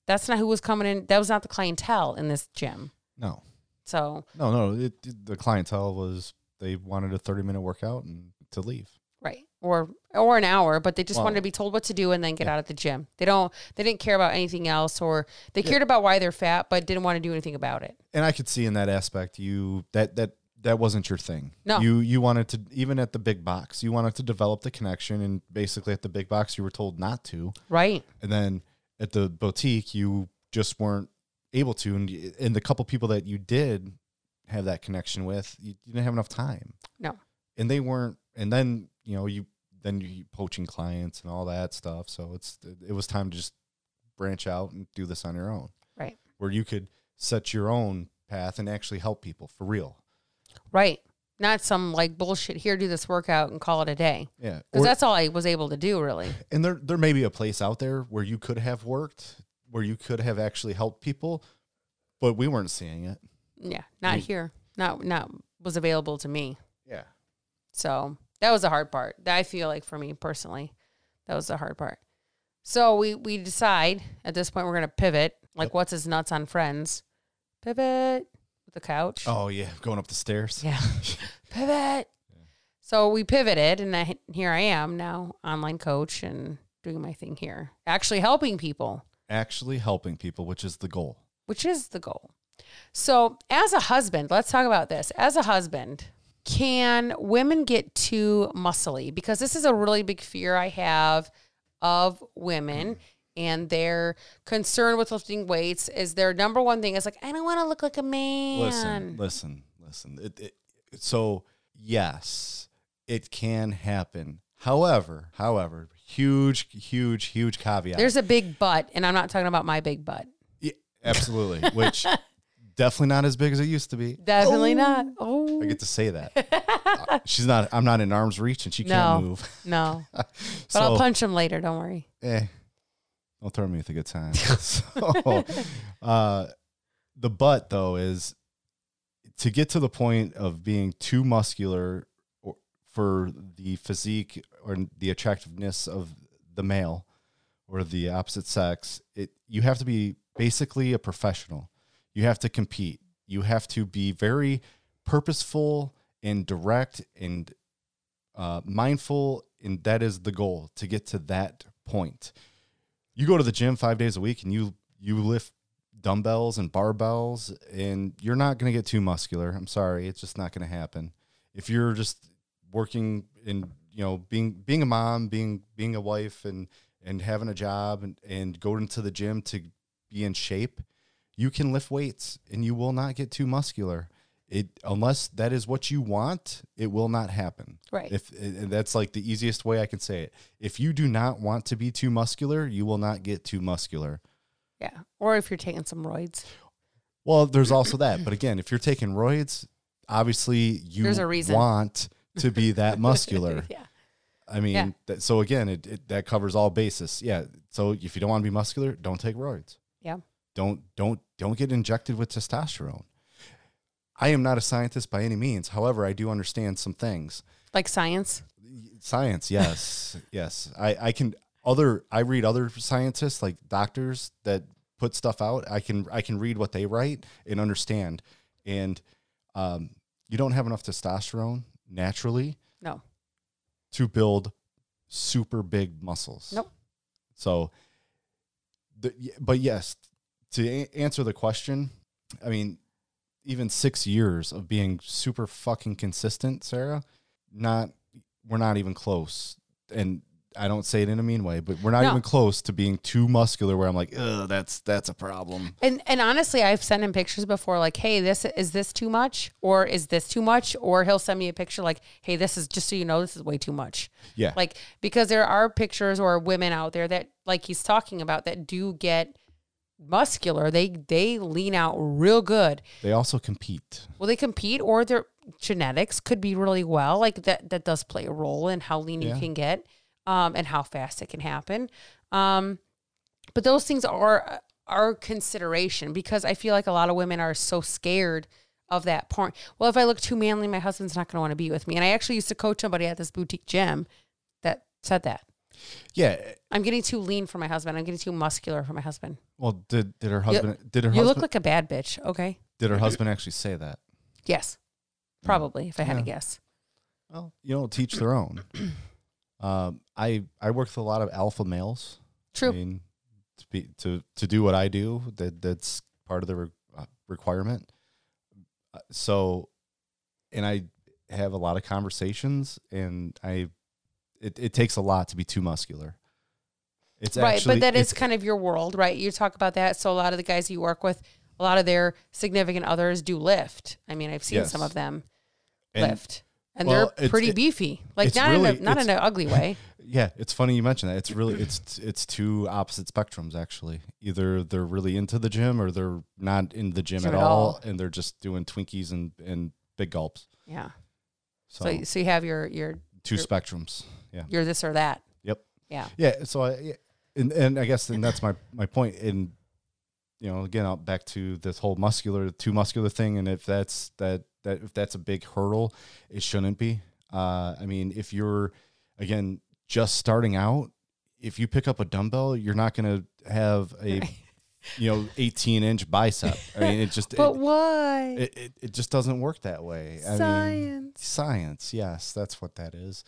that's not who was coming in. That was not the clientele in this gym. No, So, no, no. It, the clientele was they wanted a 30 minute workout and to leave. Right. Or or an hour, but they just Well- wanted to be told what to do and then get out of the gym. They don't they didn't care about anything else or they cared about why they're fat but didn't want to do anything about it. and I could see in that aspect you that that that wasn't your thing. No. you you wanted to even at the big box you wanted to develop the connection, and basically at the big box you were told not to, Right. and then at the boutique you just weren't able to, and y- and the couple people that you did have that connection with, you, you didn't have enough time. No. and they weren't, and then you know you then you poaching clients and all that stuff. So it's it was time to just branch out and do this on your own Right. where you could set your own path and actually help people for real. Right. Not some like bullshit here do this workout and call it a day. Yeah. Cuz Or- that's all I was able to do really. and there there may be a place out there where you could have worked, where you could have actually helped people, but we weren't seeing it. Yeah, not Me- here. Not not was available to me. Yeah. So that was the hard part. That I feel like for me personally, that was the hard part. So we we decide at this point we're gonna pivot. Like what's his nuts on Friends? Pivot with the couch. Oh yeah, going up the stairs. Yeah. pivot. So we pivoted, and I, here I am now, online coach and doing my thing here, actually helping people. actually helping people, which is the goal. which is the goal. So, as a husband, let's talk about this. As a husband, can women get too muscly? Because this is a really big fear I have of women and their concern with lifting weights is their number one thing is like, I don't want to look like a man. Listen, listen, listen. It, it, it- so yes, it can happen. However, however, huge, huge, huge caveat. There's a big butt, and I'm not talking about my big butt. Yeah, absolutely, which definitely not as big as it used to be. Definitely not. Oh, I get to say that. Uh, She's not. I'm not in arm's reach, and she can't No. move. no. But So, I'll punch him later. Don't worry. eh, don't throw me with a good time. so, uh, the but though is to get to the point of being too muscular or, for the physique or the attractiveness of the male or the opposite sex. It you have to be basically a professional. You have to compete. You have to be very purposeful and direct and uh, mindful, and that is the goal to get to that point. You go to the gym five days a week, and you you lift dumbbells and barbells, and you're not going to get too muscular. I'm sorry, it's just not going to happen. If you're just working and you know being being a mom, being being a wife, and and having a job, and and going to the gym to be in shape, you can lift weights, and you will not get too muscular. It unless that is what you want, it will not happen. Right. If and that's like the easiest way I can say it. If you do not want to be too muscular, you will not get too muscular. Yeah. Or if you're taking some roids. Well, there's also that. But again, if you're taking roids, obviously you There's a reason. want to be that muscular. Yeah. I mean, Yeah. that, so again, it, it that covers all bases. Yeah. So if you don't want to be muscular, don't take roids. Yeah. Don't don't don't get injected with testosterone. I am not a scientist by any means. However, I do understand some things. Like science. science yes yes i i can other i read other scientists like doctors that put stuff out i can i can read what they write and understand and um you don't have enough testosterone naturally No. to build super big muscles Nope. so the, y- but yes to a- answer the question i mean even six years of being super fucking consistent sarah not we're not even close and i don't say it in a mean way but we're not No. even close to being too muscular where i'm like Ugh, that's that's a problem And and honestly, I've sent him pictures before, like, hey, this is this too much, or is this too much, or he'll send me a picture like, hey, this is just so you know, this is way too much. yeah Like because there are pictures or women out there that, like he's talking about, that do get muscular. They they lean out real good. they also compete Well, they compete, or their genetics could be really well. Like that that does play a role in how lean Yeah. you can get, um, and how fast it can happen. Um, but those things are are consideration because I feel like a lot of women are so scared of that point. Well, if I look too manly, my husband's not going to want to be with me. And I actually used to coach somebody at this boutique gym that said that yeah I'm getting too lean for my husband. I'm getting too muscular for my husband. well did did her husband did her you husband look like a bad bitch. Okay. did her husband actually say that Yes. Probably, if I had to guess. Oh. well you know teach their own um i i work with a lot of alpha males I True. mean, to be to to do what I do, that that's part of the re- uh, requirement. Uh, So, and I have a lot of conversations, and I it, it takes a lot to be too muscular. It's right actually, but that is it's- kind of your world right you talk about that so a lot of the guys you work with a lot of their significant others do lift i mean i've seen some Yes. of them and- lift and well, they're it's- pretty it- beefy like it's not in really- a, not in an ugly way Yeah, it's funny you mentioned that. It's really it's it's two opposite spectrums actually. Either they're really into the gym or they're not in the gym Gym at at all, all. and they're just doing Twinkies and and big gulps. yeah So, so so you have your your two spectrums. Yeah. your this or that Yep. yeah Yeah. So I, yeah, and, and I guess, and that's my, my point. And, you know, again, I'll back to this whole muscular, too muscular thing. And if that's that, that, if that's a big hurdle, it shouldn't be. Uh, I mean, if you're, again, just starting out, if you pick up a dumbbell, you're not going to have a, you know, 18 inch bicep. I mean, it just, but it, why it, it, it just doesn't work that way. I mean, science science yes that's what that is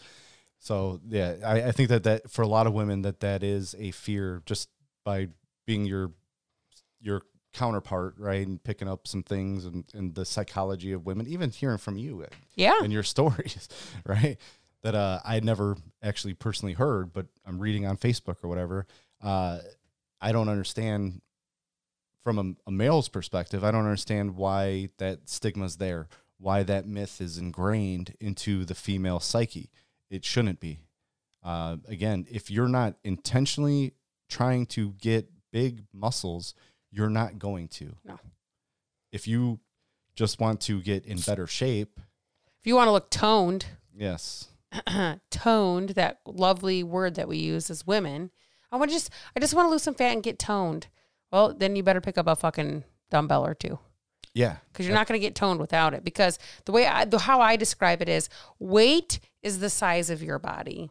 so yeah I, I think that that for a lot of women that that is a fear just by being your your counterpart, right, and picking up some things and, and the psychology of women, even hearing from you Yeah. and your stories, right? That uh, I had never actually personally heard, but I'm reading on Facebook or whatever. Uh, I don't understand from a, a male's perspective. I don't understand why that stigma's there, why that myth is ingrained into the female psyche. It shouldn't be. Uh, again, if you're not intentionally trying to get big muscles, you're not going to. No. If you just want to get in better shape, If you want to look toned, yes, toned, that lovely word that we use as women. I want to just I just want to lose some fat and get toned. Well, then you better pick up a fucking dumbbell or two. Yeah. because you're not going to get toned without it. Because the way I, the, how I describe it is weight is the size of your body,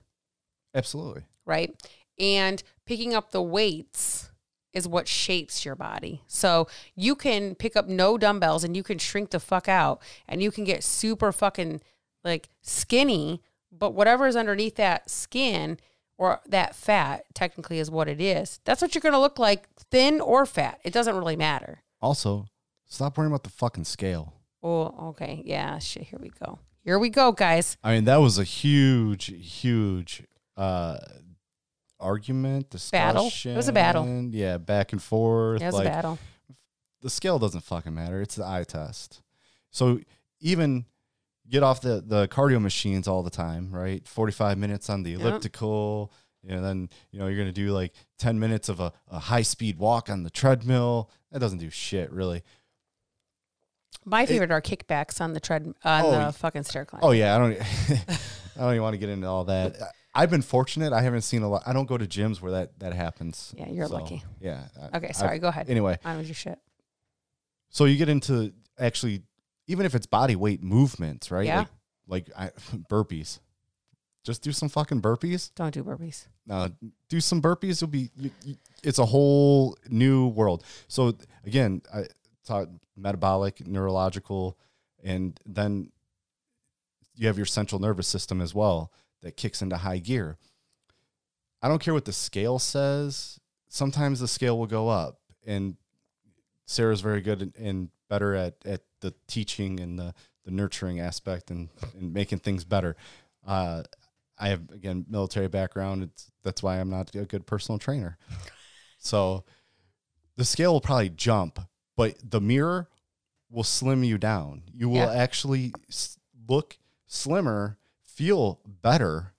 Absolutely. right? And picking up the weights is what shapes your body. So you can pick up no dumbbells and you can shrink the fuck out and you can get super fucking like skinny, but whatever is underneath that skin or that fat technically is what it is. That's what you're going to look like, thin or fat. It doesn't really matter. Also, stop worrying about the fucking scale. Oh, okay. Yeah, shit. Here we go. Here we go, guys. I mean, that was a huge, huge uh argument, Battle. discussion. It was a battle. Yeah, back and forth. It was like, a battle. the scale doesn't fucking matter. It's the eye test. So even get off the, the cardio machines all the time, right? 45 minutes on the elliptical. And then, you know, you're going to do like 10 minutes of a, a high speed walk on the treadmill. That doesn't do shit, really. My favorite are kickbacks on the tread on Oh, y- the fucking stair climb. Oh yeah, I don't. I don't even want to get into all that. uh, I've been fortunate. I haven't seen a lot. I don't go to gyms where that that happens. Yeah, you're lucky. Yeah. I- okay, I've- sorry. go ahead. Anyway, On with your shit. so you get into actually, even if it's body weight movements, right? Yeah. Like, like I, burpees. Just do some fucking burpees. Don't do burpees. No, Uh, do some burpees. You'll be. You, you, it's a whole new world. So again, I taught metabolic, neurological, and then you have your central nervous system as well that kicks into high gear. I don't care what the scale says. Sometimes the scale will go up, and Sarah's very good and, and better at at the teaching and the the nurturing aspect and and making things better. Uh, I have again military background. It's that's why I'm not a good personal trainer. So the scale will probably jump, but the mirror will slim you down. You will Yeah. actually s- look slimmer, feel better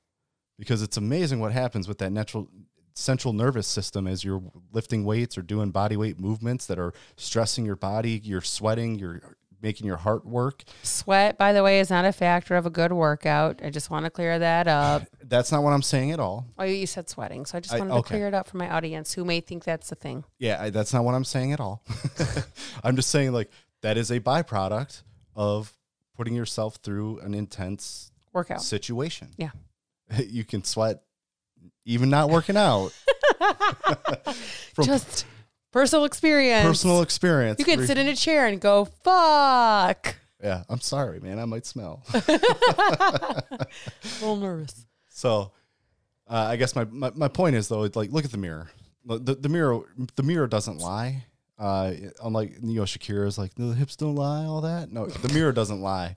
because it's amazing what happens with that natural central nervous system as you're lifting weights or doing body weight movements that are stressing your body, you're sweating, you're making your heart work. Sweat, by the way, is not a factor of a good workout. I just want to clear that up. That's not what I'm saying at all. Oh, you said sweating, so I just I- wanted to okay. clear it up for my audience who may think that's the thing. Yeah, I, that's not what I'm saying at all. I'm just saying like that is a byproduct of putting yourself through an intense Workout. situation. Yeah. You can sweat even not working out. From just personal experience. personal experience. You can Re- sit in a chair and go fuck. Yeah, I'm sorry, man. I might smell. A little nervous. So, uh, I guess my, my my point is though, it's like look at the mirror. Look, The, the mirror the mirror doesn't lie. Uh, unlike you know Shakira's like the hips don't lie, all that. No, the mirror doesn't lie.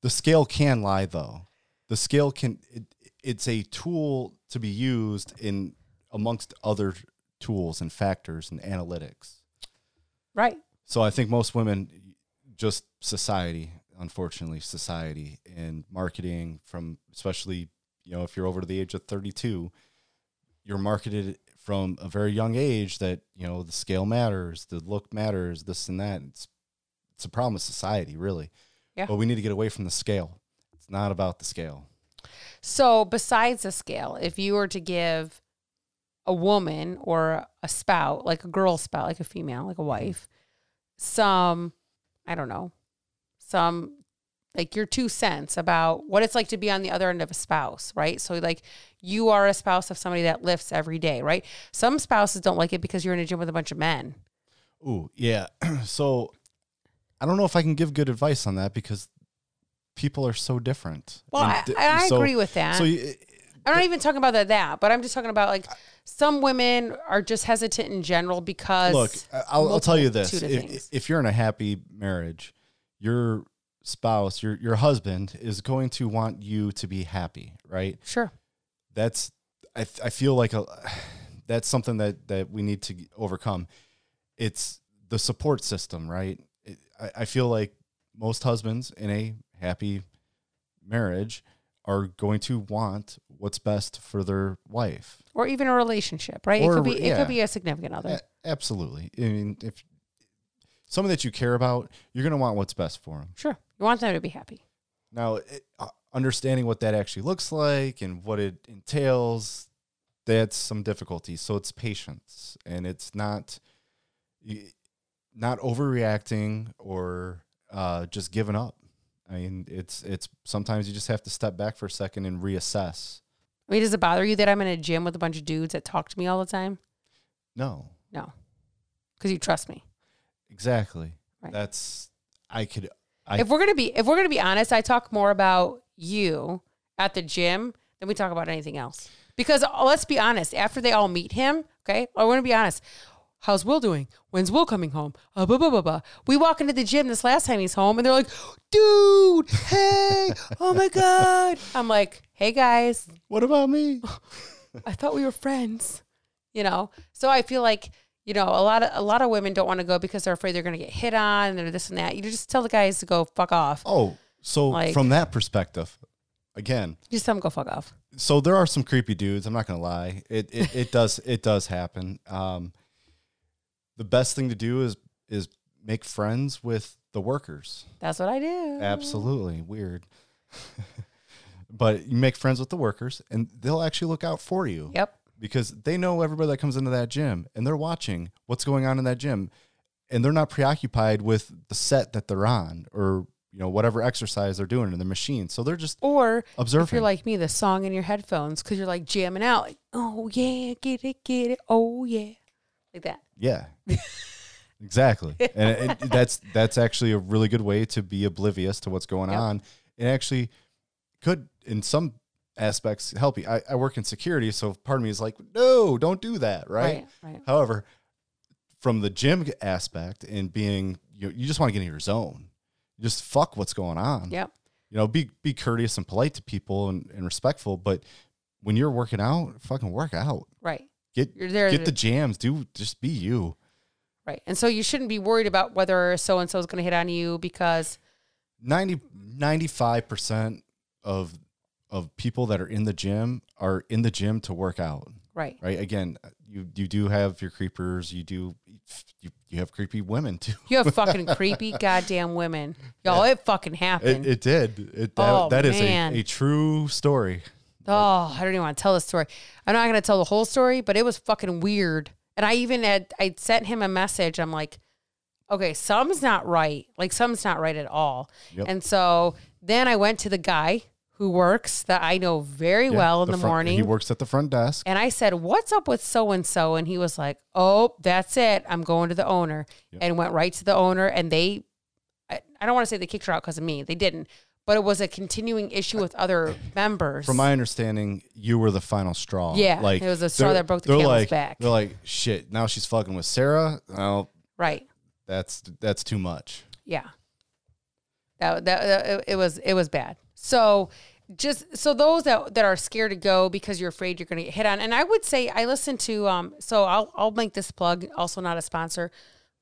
The scale can lie though. The scale can it, it's a tool to be used in amongst other tools and factors and analytics. Right. So I think most women, just society, unfortunately, society and marketing from especially you know if you're over to the age of 32, you're marketed from a very young age that you know the scale matters, the look matters, this and that. It's it's a problem with society, really. Yeah. But we need to get away from the scale. It's not about the scale. So, besides the scale, if you were to give a woman or a spout, like a girl spout, like a female, like a wife, some, I don't know, some, like your two cents about what it's like to be on the other end of a spouse, right? So, like, you are a spouse of somebody that lifts every day, right? Some spouses don't like it because you're in a gym with a bunch of men. Ooh, yeah. so I don't know if I can give good advice on that because people are so different. Well, I, And di- I Mm, so- agree with that. So you, I'm not even talking about that, that, but I'm just talking about like some women are just hesitant in general because Look, I- I'll, I'll tell you this: multitude of if, things. if you're in a happy marriage, your spouse, your your husband, is going to want you to be happy, right? sure, That's I I feel like a that's something that that we need to overcome. It's the support system, right? It, I, I feel like most husbands in a happy marriage are going to want what's best for their wife. or even a relationship, right? Or- it could be it yeah. Uh, could be a significant other. A- absolutely. I mean, if someone that you care about, you're going to want what's best for them. Sure, you want them to be happy. Now, it, uh, understanding what that actually looks like and what it entails, that's some difficulty. So it's patience, and it's not y- not overreacting or uh, just giving up. I mean, it's it's sometimes you just have to step back for a second and reassess. I mean, does it bother you that I'm in a gym with a bunch of dudes that talk to me all the time? No, No, because you trust me. exactly. Right. That's I could. I if we're gonna be if we're gonna be honest, I talk more about you at the gym than we talk about anything else. Because uh, let's be honest, after they all meet him, okay, I want to be honest. How's Will doing? When's Will coming home? Uh, blah, blah, blah, blah. We walk into the gym this last time he's home, and they're like, "Dude, hey, oh my god!" I'm like, "Hey guys, what about me? I thought we were friends, you know. So I feel like you know a lot of a lot of women don't want to go because they're afraid they're going to get hit on and they're this and that. You just tell the guys to go fuck off. Oh, so Like- from that perspective, again, You just tell them go fuck off. so there are some creepy dudes. I'm not gonna lie. It it, it does it does happen. Um, the best thing to do is is make friends with the workers. That's what I do. Absolutely weird, but you make friends with the workers, and they'll actually look out for you Yep. because they know everybody that comes into that gym, and they're watching what's going on in that gym, and they're not preoccupied with the set that they're on or you know whatever exercise they're doing in the machine. So they're just Or if observing. you're like me, the song in your headphones because you're like jamming out, like oh yeah, get it, get it, oh yeah, like that. Yeah. exactly. And it, that's that's actually a really good way to be oblivious to what's going Yep. on. It actually could in some aspects help you. I, I work in security, so part of me is like, no, don't do that, right? Right. However, from the gym aspect and being you you just want to get in your zone. Just fuck what's going on. Yep. You know, be be courteous and polite to people and, and respectful, but when you're working out, fucking work out. Right. Get You're there. get the jams, do just be you. right. And so you shouldn't be worried about whether so and so is going to hit on you because 90 95% of of people that are in the gym are in the gym to work out right. right again you you do have your creepers you do you, you have creepy women too You have fucking creepy goddamn women, y'all. It fucking happened. it, it did it that, Oh, that is man. a, a true story Oh, I don't even want to tell this story. I'm not going to tell the whole story, but it was fucking weird. And I even had, I sent him a message. I'm like, okay, something's not right. Like, something's not right at all. Yep. And so then I went to the guy who works that I know very well in the, front- morning. he works at the front desk And I said, What's up with so and so? And he was like, Oh, that's it. I'm going to the owner. And went right to the owner. And they, I, I don't want to say they kicked her out because of me. They didn't. But it was a continuing issue with other members. from my understanding you were the final straw Yeah, it was the straw they're- that broke the they're camel's like, back. they're like shit now she's fucking with sarah well right. that's that's too much Yeah. That, that, that- it- it was it was bad. So just so those that, that are scared to go because you're afraid you're going to get hit on. And I would say I listened to um so I'll I'll make this plug also not a sponsor,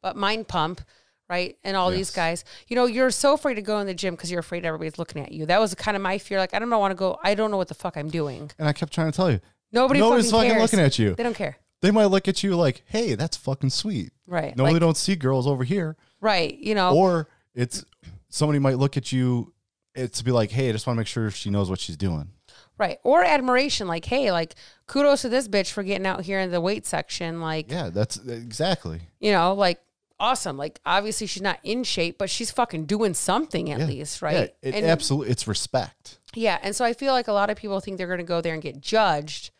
but Mind Pump, right? And all these Yes. guys. You know, you're so afraid to go in the gym cuz you're afraid everybody's looking at you. That was kind of my fear like I don't know want to go. I don't know what the fuck I'm doing. and i kept trying to tell you Nobody nobody's fucking, fucking cares. looking at you They don't care. they might look at you like, "Hey, that's fucking sweet." Right. Normally, Like, don't see girls over here. right, you know. Or it's somebody might look at you. It's to be like, "Hey, I just want to make sure she knows what she's doing." Right. Or admiration, like, hey, like, kudos to this bitch for getting out here in the weight section. Like, Yeah, that's exactly. you know, like, awesome. Like, obviously she's not in shape, but she's fucking doing something at least, right? Yeah, it, and, absolutely. It's respect. yeah. And so I feel like a lot of people think they're going to go there and get judged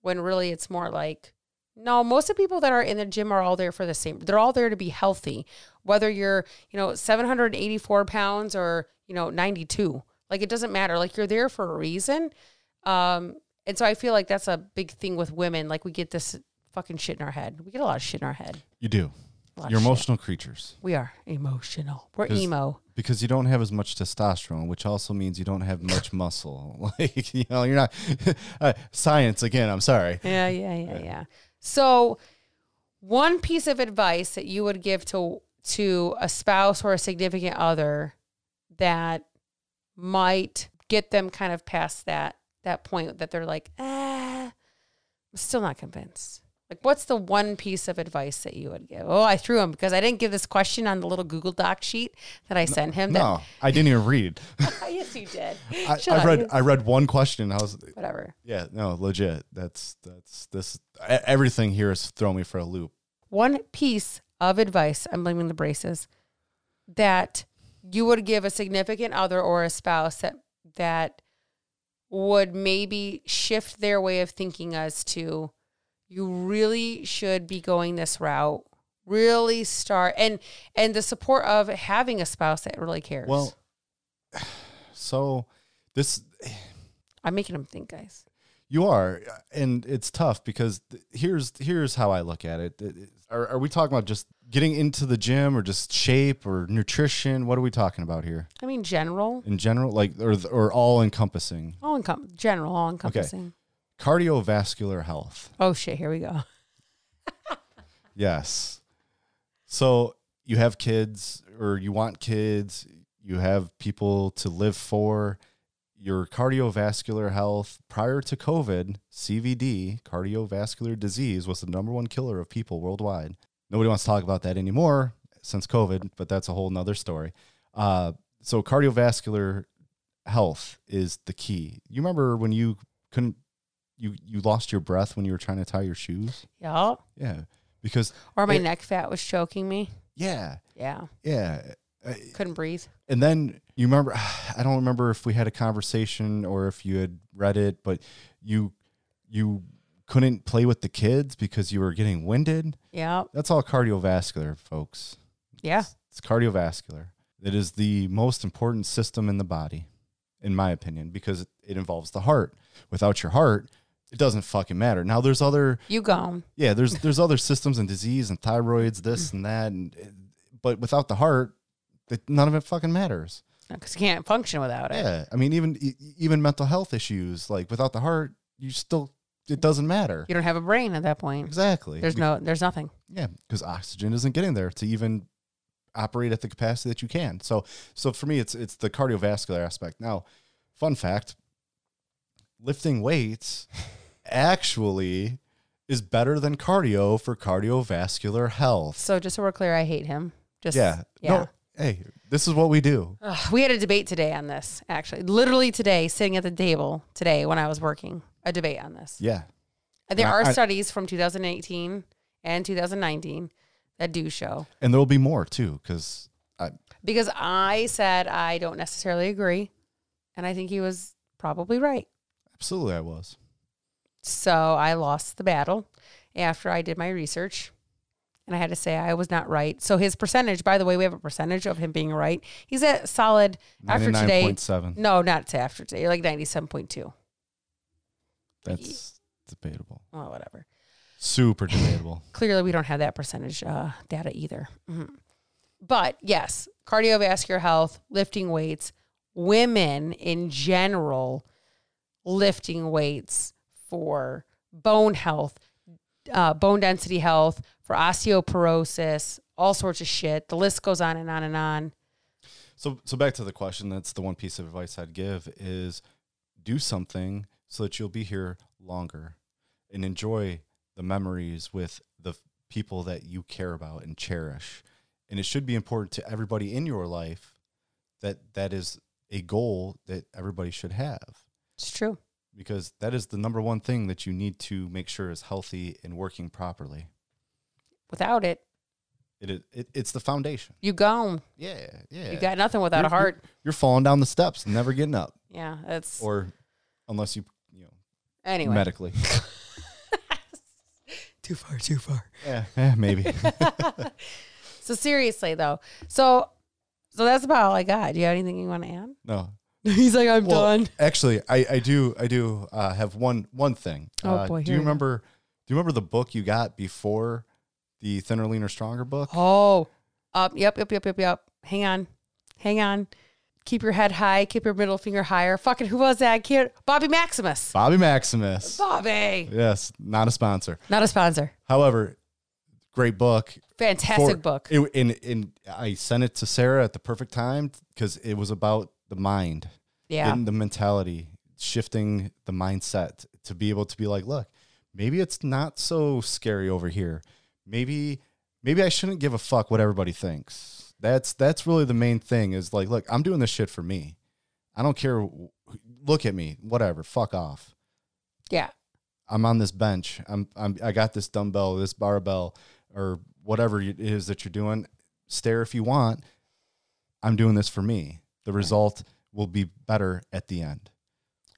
when really it's more like, no, most of the people that are in the gym are all there for the same. They're all there to be healthy, whether you're, you know, 784 pounds or, you know, 92. Like, it doesn't matter. Like, you're there for a reason. Um, And so I feel like that's a big thing with women. Like we get this fucking shit in our head. We get a lot of shit in our head. You do. A lot You're of shit. emotional creatures We are emotional. We're 'Cause- emo. because you don't have as much testosterone, which also means you don't have much muscle. Like you know, you're not uh, science again. I'm sorry. Yeah, yeah, yeah, yeah. So, one piece of advice that you would give to to a spouse or a significant other that might get them kind of past that that point that they're like, ah, I'm still not convinced. Like, what's the one piece of advice that you would give? Oh, I threw him because I didn't give this question on the little Google Doc sheet that I sent him. No, I didn't even read. That, yes, you did. I, Shut I up, read. you- I read one question. I was whatever. yeah. No, legit. That's that's this. e- Everything here is throwing me for a loop. one piece of advice, I'm blaming the braces, that you would give a significant other or a spouse that that would maybe shift their way of thinking as to you really should be going this route really start and and the support of having a spouse that really cares Well, so this i'm making them think guys You are, and it's tough because th- here's here's how I look at it. It- it- Are, are we talking about just getting into the gym, or just shape, or nutrition? What are we talking about here i mean general in general, like or or all encompassing all encom- general all encompassing cardiovascular health? oh shit here we go Yes. So you have kids, or you want kids. You have people to live for. Your cardiovascular health prior to COVID, CVD, cardiovascular disease, was the number one killer of people worldwide. nobody wants to talk about that anymore since COVID, but that's a whole nother story. Uh, so cardiovascular health is the key. You remember when you couldn't, you you lost your breath when you were trying to tie your shoes? yeah Yeah, because or my It- neck fat was choking me yeah, yeah yeah. Uh, couldn't breathe and then you remember i don't remember if we had a conversation or if you had read it but you you couldn't play with the kids because you were getting winded yeah that's all cardiovascular folks yeah It's cardiovascular. It is the most important system in the body, in my opinion, because it involves the heart. Without your heart, it doesn't fucking matter. Now there's other You gone. yeah, there's there's other systems and disease and thyroids, this and that, and eh, but without the heart, it, none of it fucking matters. Because you can't function without it. Yeah, I mean even e- even mental health issues like without the heart, you still it doesn't matter. You don't have a brain at that point. Exactly. There's no, there's nothing. Yeah, because oxygen isn't getting there to even operate at the capacity that you can. So, so for me, it's it's the cardiovascular aspect. Now, fun fact: lifting weights actually is better than cardio for cardiovascular health. So just so we're clear, I hate him. Just Yeah. yeah. Uh. No, hey, this is what we do. Ugh, we had a debate today on this. Actually, literally today, sitting at the table today when I was working, a debate on this. Yeah. And There And I- are I- studies from 2018 and 2019 that do show And there will be more too, because I because I said I don't necessarily agree, and I think he was probably right. absolutely I was. So I lost the battle after I did my research. And I had to say I was not right. So his percentage, by the way, we have a percentage of him being right. He's at solid after Ninety-nine today. point seven. No, not to after today, like 97.2. That's debatable. Oh, whatever. Super debatable. Clearly, we don't have that percentage uh, data either. Mhm. But yes, cardiovascular health, lifting weights, women in general, lifting weights for bone health, uh, bone density health, for osteoporosis, all sorts of shit. The list goes on and on and on. So, so back to the question. That's the one piece of advice I'd give is do something so that you'll be here longer and enjoy the memories with the f- people that you care about and cherish. And it should be important to everybody in your life that that is a goal that everybody should have It's true. because that is the number one thing that you need to make sure is healthy and working properly. Without it, It is, it, it's the foundation. you gone. Yeah, yeah. You got nothing without a You're- you're- heart. You're falling down the steps, and never getting up. Yeah, that's or unless you you know anyway. medically Too far, too far. yeah, maybe So seriously though, so so that's about all I got. Do you have anything you want to add? no He's like, I'm Well, done. Actually, I, I do I do uh, have one one thing. Oh, Uh, boy, do here we go. you remember do you remember the book you got before the Thinner, Leaner, Stronger book? Oh, up. Yep, yep, yep, yep, yep. Hang on. Hang on. Keep your head high. Keep your middle finger higher. Fucking who was that? I can't. Bobby Maximus. Bobby Maximus. Bobby. Yes, not a sponsor. Not a sponsor. However, great book. Fantastic for- book. It, and, and I sent it to Sarah at the perfect time because it was about the mind, yeah. getting the mentality, shifting the mindset to be able to be like, look, maybe it's not so scary over here. Maybe maybe I shouldn't give a fuck what everybody thinks. That's that's really the main thing is like, look, I'm doing this shit for me. I don't care. wh- Look at me, whatever. Fuck off. yeah. I'm on this bench. I'm, I'm I got this dumbbell, this barbell, or whatever it is that you're doing. Stare if you want. I'm doing this for me. The result will be better at the end.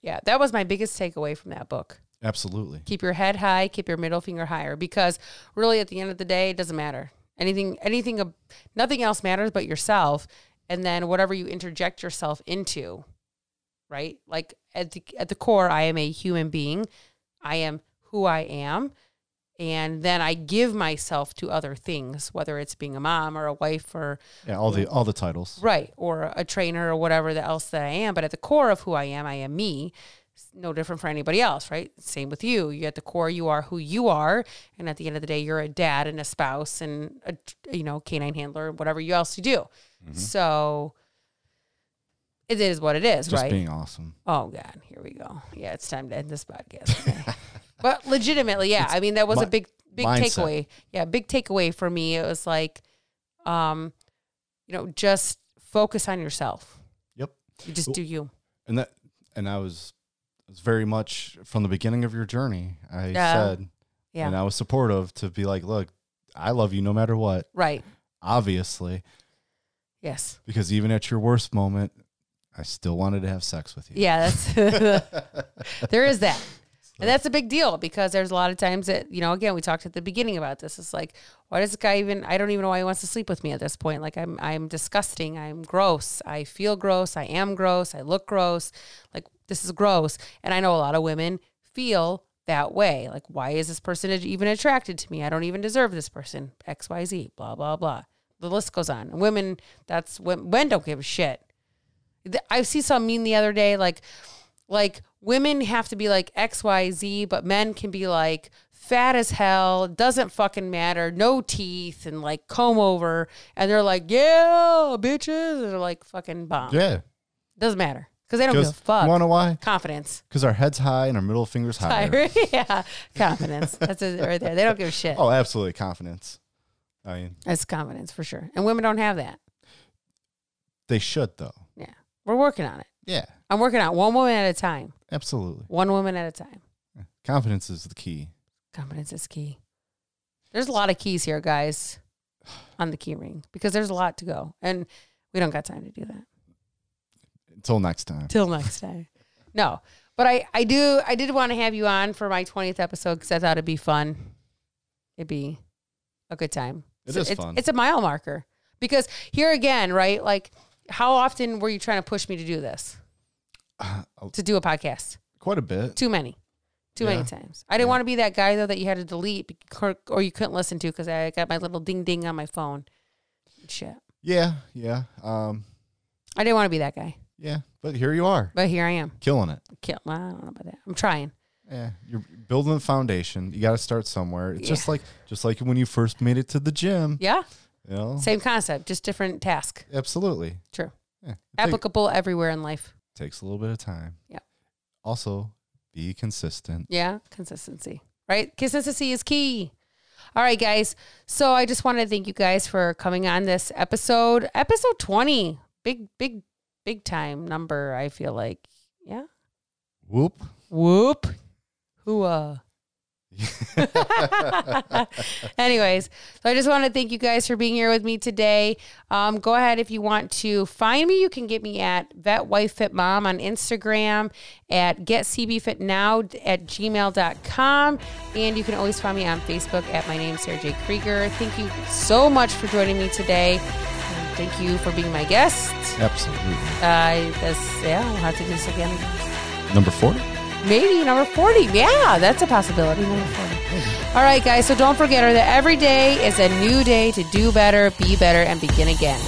Yeah. That was my biggest takeaway from that book. Absolutely. Keep your head high. Keep your middle finger higher because really at the end of the day, it doesn't matter. Anything, anything, ab- nothing else matters but yourself. And then whatever you interject yourself into, right? Like at the, at the core, I am a human being. I am who I am. And then I give myself to other things, whether it's being a mom or a wife or Yeah, all the all the titles. right or a trainer or whatever the else that I am. But at the core of who I am, I am me. It's no different for anybody else, right? Same with you. You at the core, you are who you are, and at the end of the day, you're a dad and a spouse and a you know canine handler, whatever you else you do. Mm-hmm. So it is what it is, Just right? being awesome. oh God, here we go. Yeah, it's time to end this podcast. okay. but legitimately, yeah, I mean that was mi- a big big mindset. takeaway. Yeah, big takeaway for me. It was like, um, you know, just focus on yourself. Yep. You just do you. And that and I was, I was very much from the beginning of your journey. I Yeah. said, Yeah. and I was supportive to be like, look, I love you no matter what. Right. Obviously, Yes. because even at your worst moment, I still wanted to have sex with you. Yeah. That's there is that. And that's a big deal because there's a lot of times that, you know, again, we talked at the beginning about this. It's like, why does this guy even I don't even know why he wants to sleep with me at this point. Like I'm I'm disgusting. I'm gross. I feel gross. I am gross. I look gross. Like this is gross. And I know a lot of women feel that way. Like, why is this person even attracted to me? I don't even deserve this person. XYZ, blah, blah, blah. The list goes on. Women, that's when men don't give a shit. Th- I see some meme the other day, like like women have to be like X, Y, Z, but men can be like fat as hell, doesn't fucking matter, no teeth, and like comb over, and they're like, yeah, bitches, and they're like fucking bomb. Yeah. Doesn't matter because they don't give a Because you fuck. want to why? confidence, Because our head's high and our middle finger's higher. yeah, confidence. That's it right there. They don't give a shit. Oh, absolutely. Confidence. I mean, That's confidence for sure, and women don't have that. they should, though. Yeah, we're working on it. Yeah, I'm working on it one woman at a time, absolutely. one woman at a time. Confidence is the key. Confidence is key. There's a lot of keys here, guys, on the key ring because there's a lot to go. And we don't got time to do that Until next time. till next time. No, but I, I do, I did want to have you on for my 20th episode because I thought it'd be fun. It'd be a good time. It So is it's, fun. It's a mile marker because here again, right? Like, how often were you trying to push me to do this, Uh, to do a podcast? Quite a bit. Too many. Too Yeah. many times. I didn't Yeah. want to be that guy though that you had to delete bec- or- or you couldn't listen to because I got my little ding ding on my phone. Shit. Yeah, yeah, um, I didn't want to be that guy, yeah. But here you are, but here I am. killing it. Kill. well, I don't know about that. I'm trying. Yeah, you're building a foundation. You got to start somewhere. It's just like, just like when you first made it to the gym. Yeah. You know, Same concept, just different task. absolutely. True. Yeah. It take- Applicable everywhere in life. takes a little bit of time. Yeah. Also, be consistent. Yeah, consistency, right? Consistency is key. All right, guys. So I just want to thank you guys for coming on this episode, episode 20. Big, big, big time number, I feel like. Yeah. Whoop. Whoop. Hooah. Anyways, so I just want to thank you guys for being here with me today. Um, go ahead if you want to find me. You can get me at Vet Wife Fit Mom on Instagram, at GetCBFitNow at gmail.com. And you can always find me on Facebook at my name, Sarah J. Krieger. Thank you so much for joining me today. And Thank you for being my guest. Absolutely. Uh, this, yeah, we'll have to do this again. Number four. Maybe number 40. Yeah, that's a possibility. Number 40. All right, guys. So don't forget that every day is a new day to do better, be better, and begin again.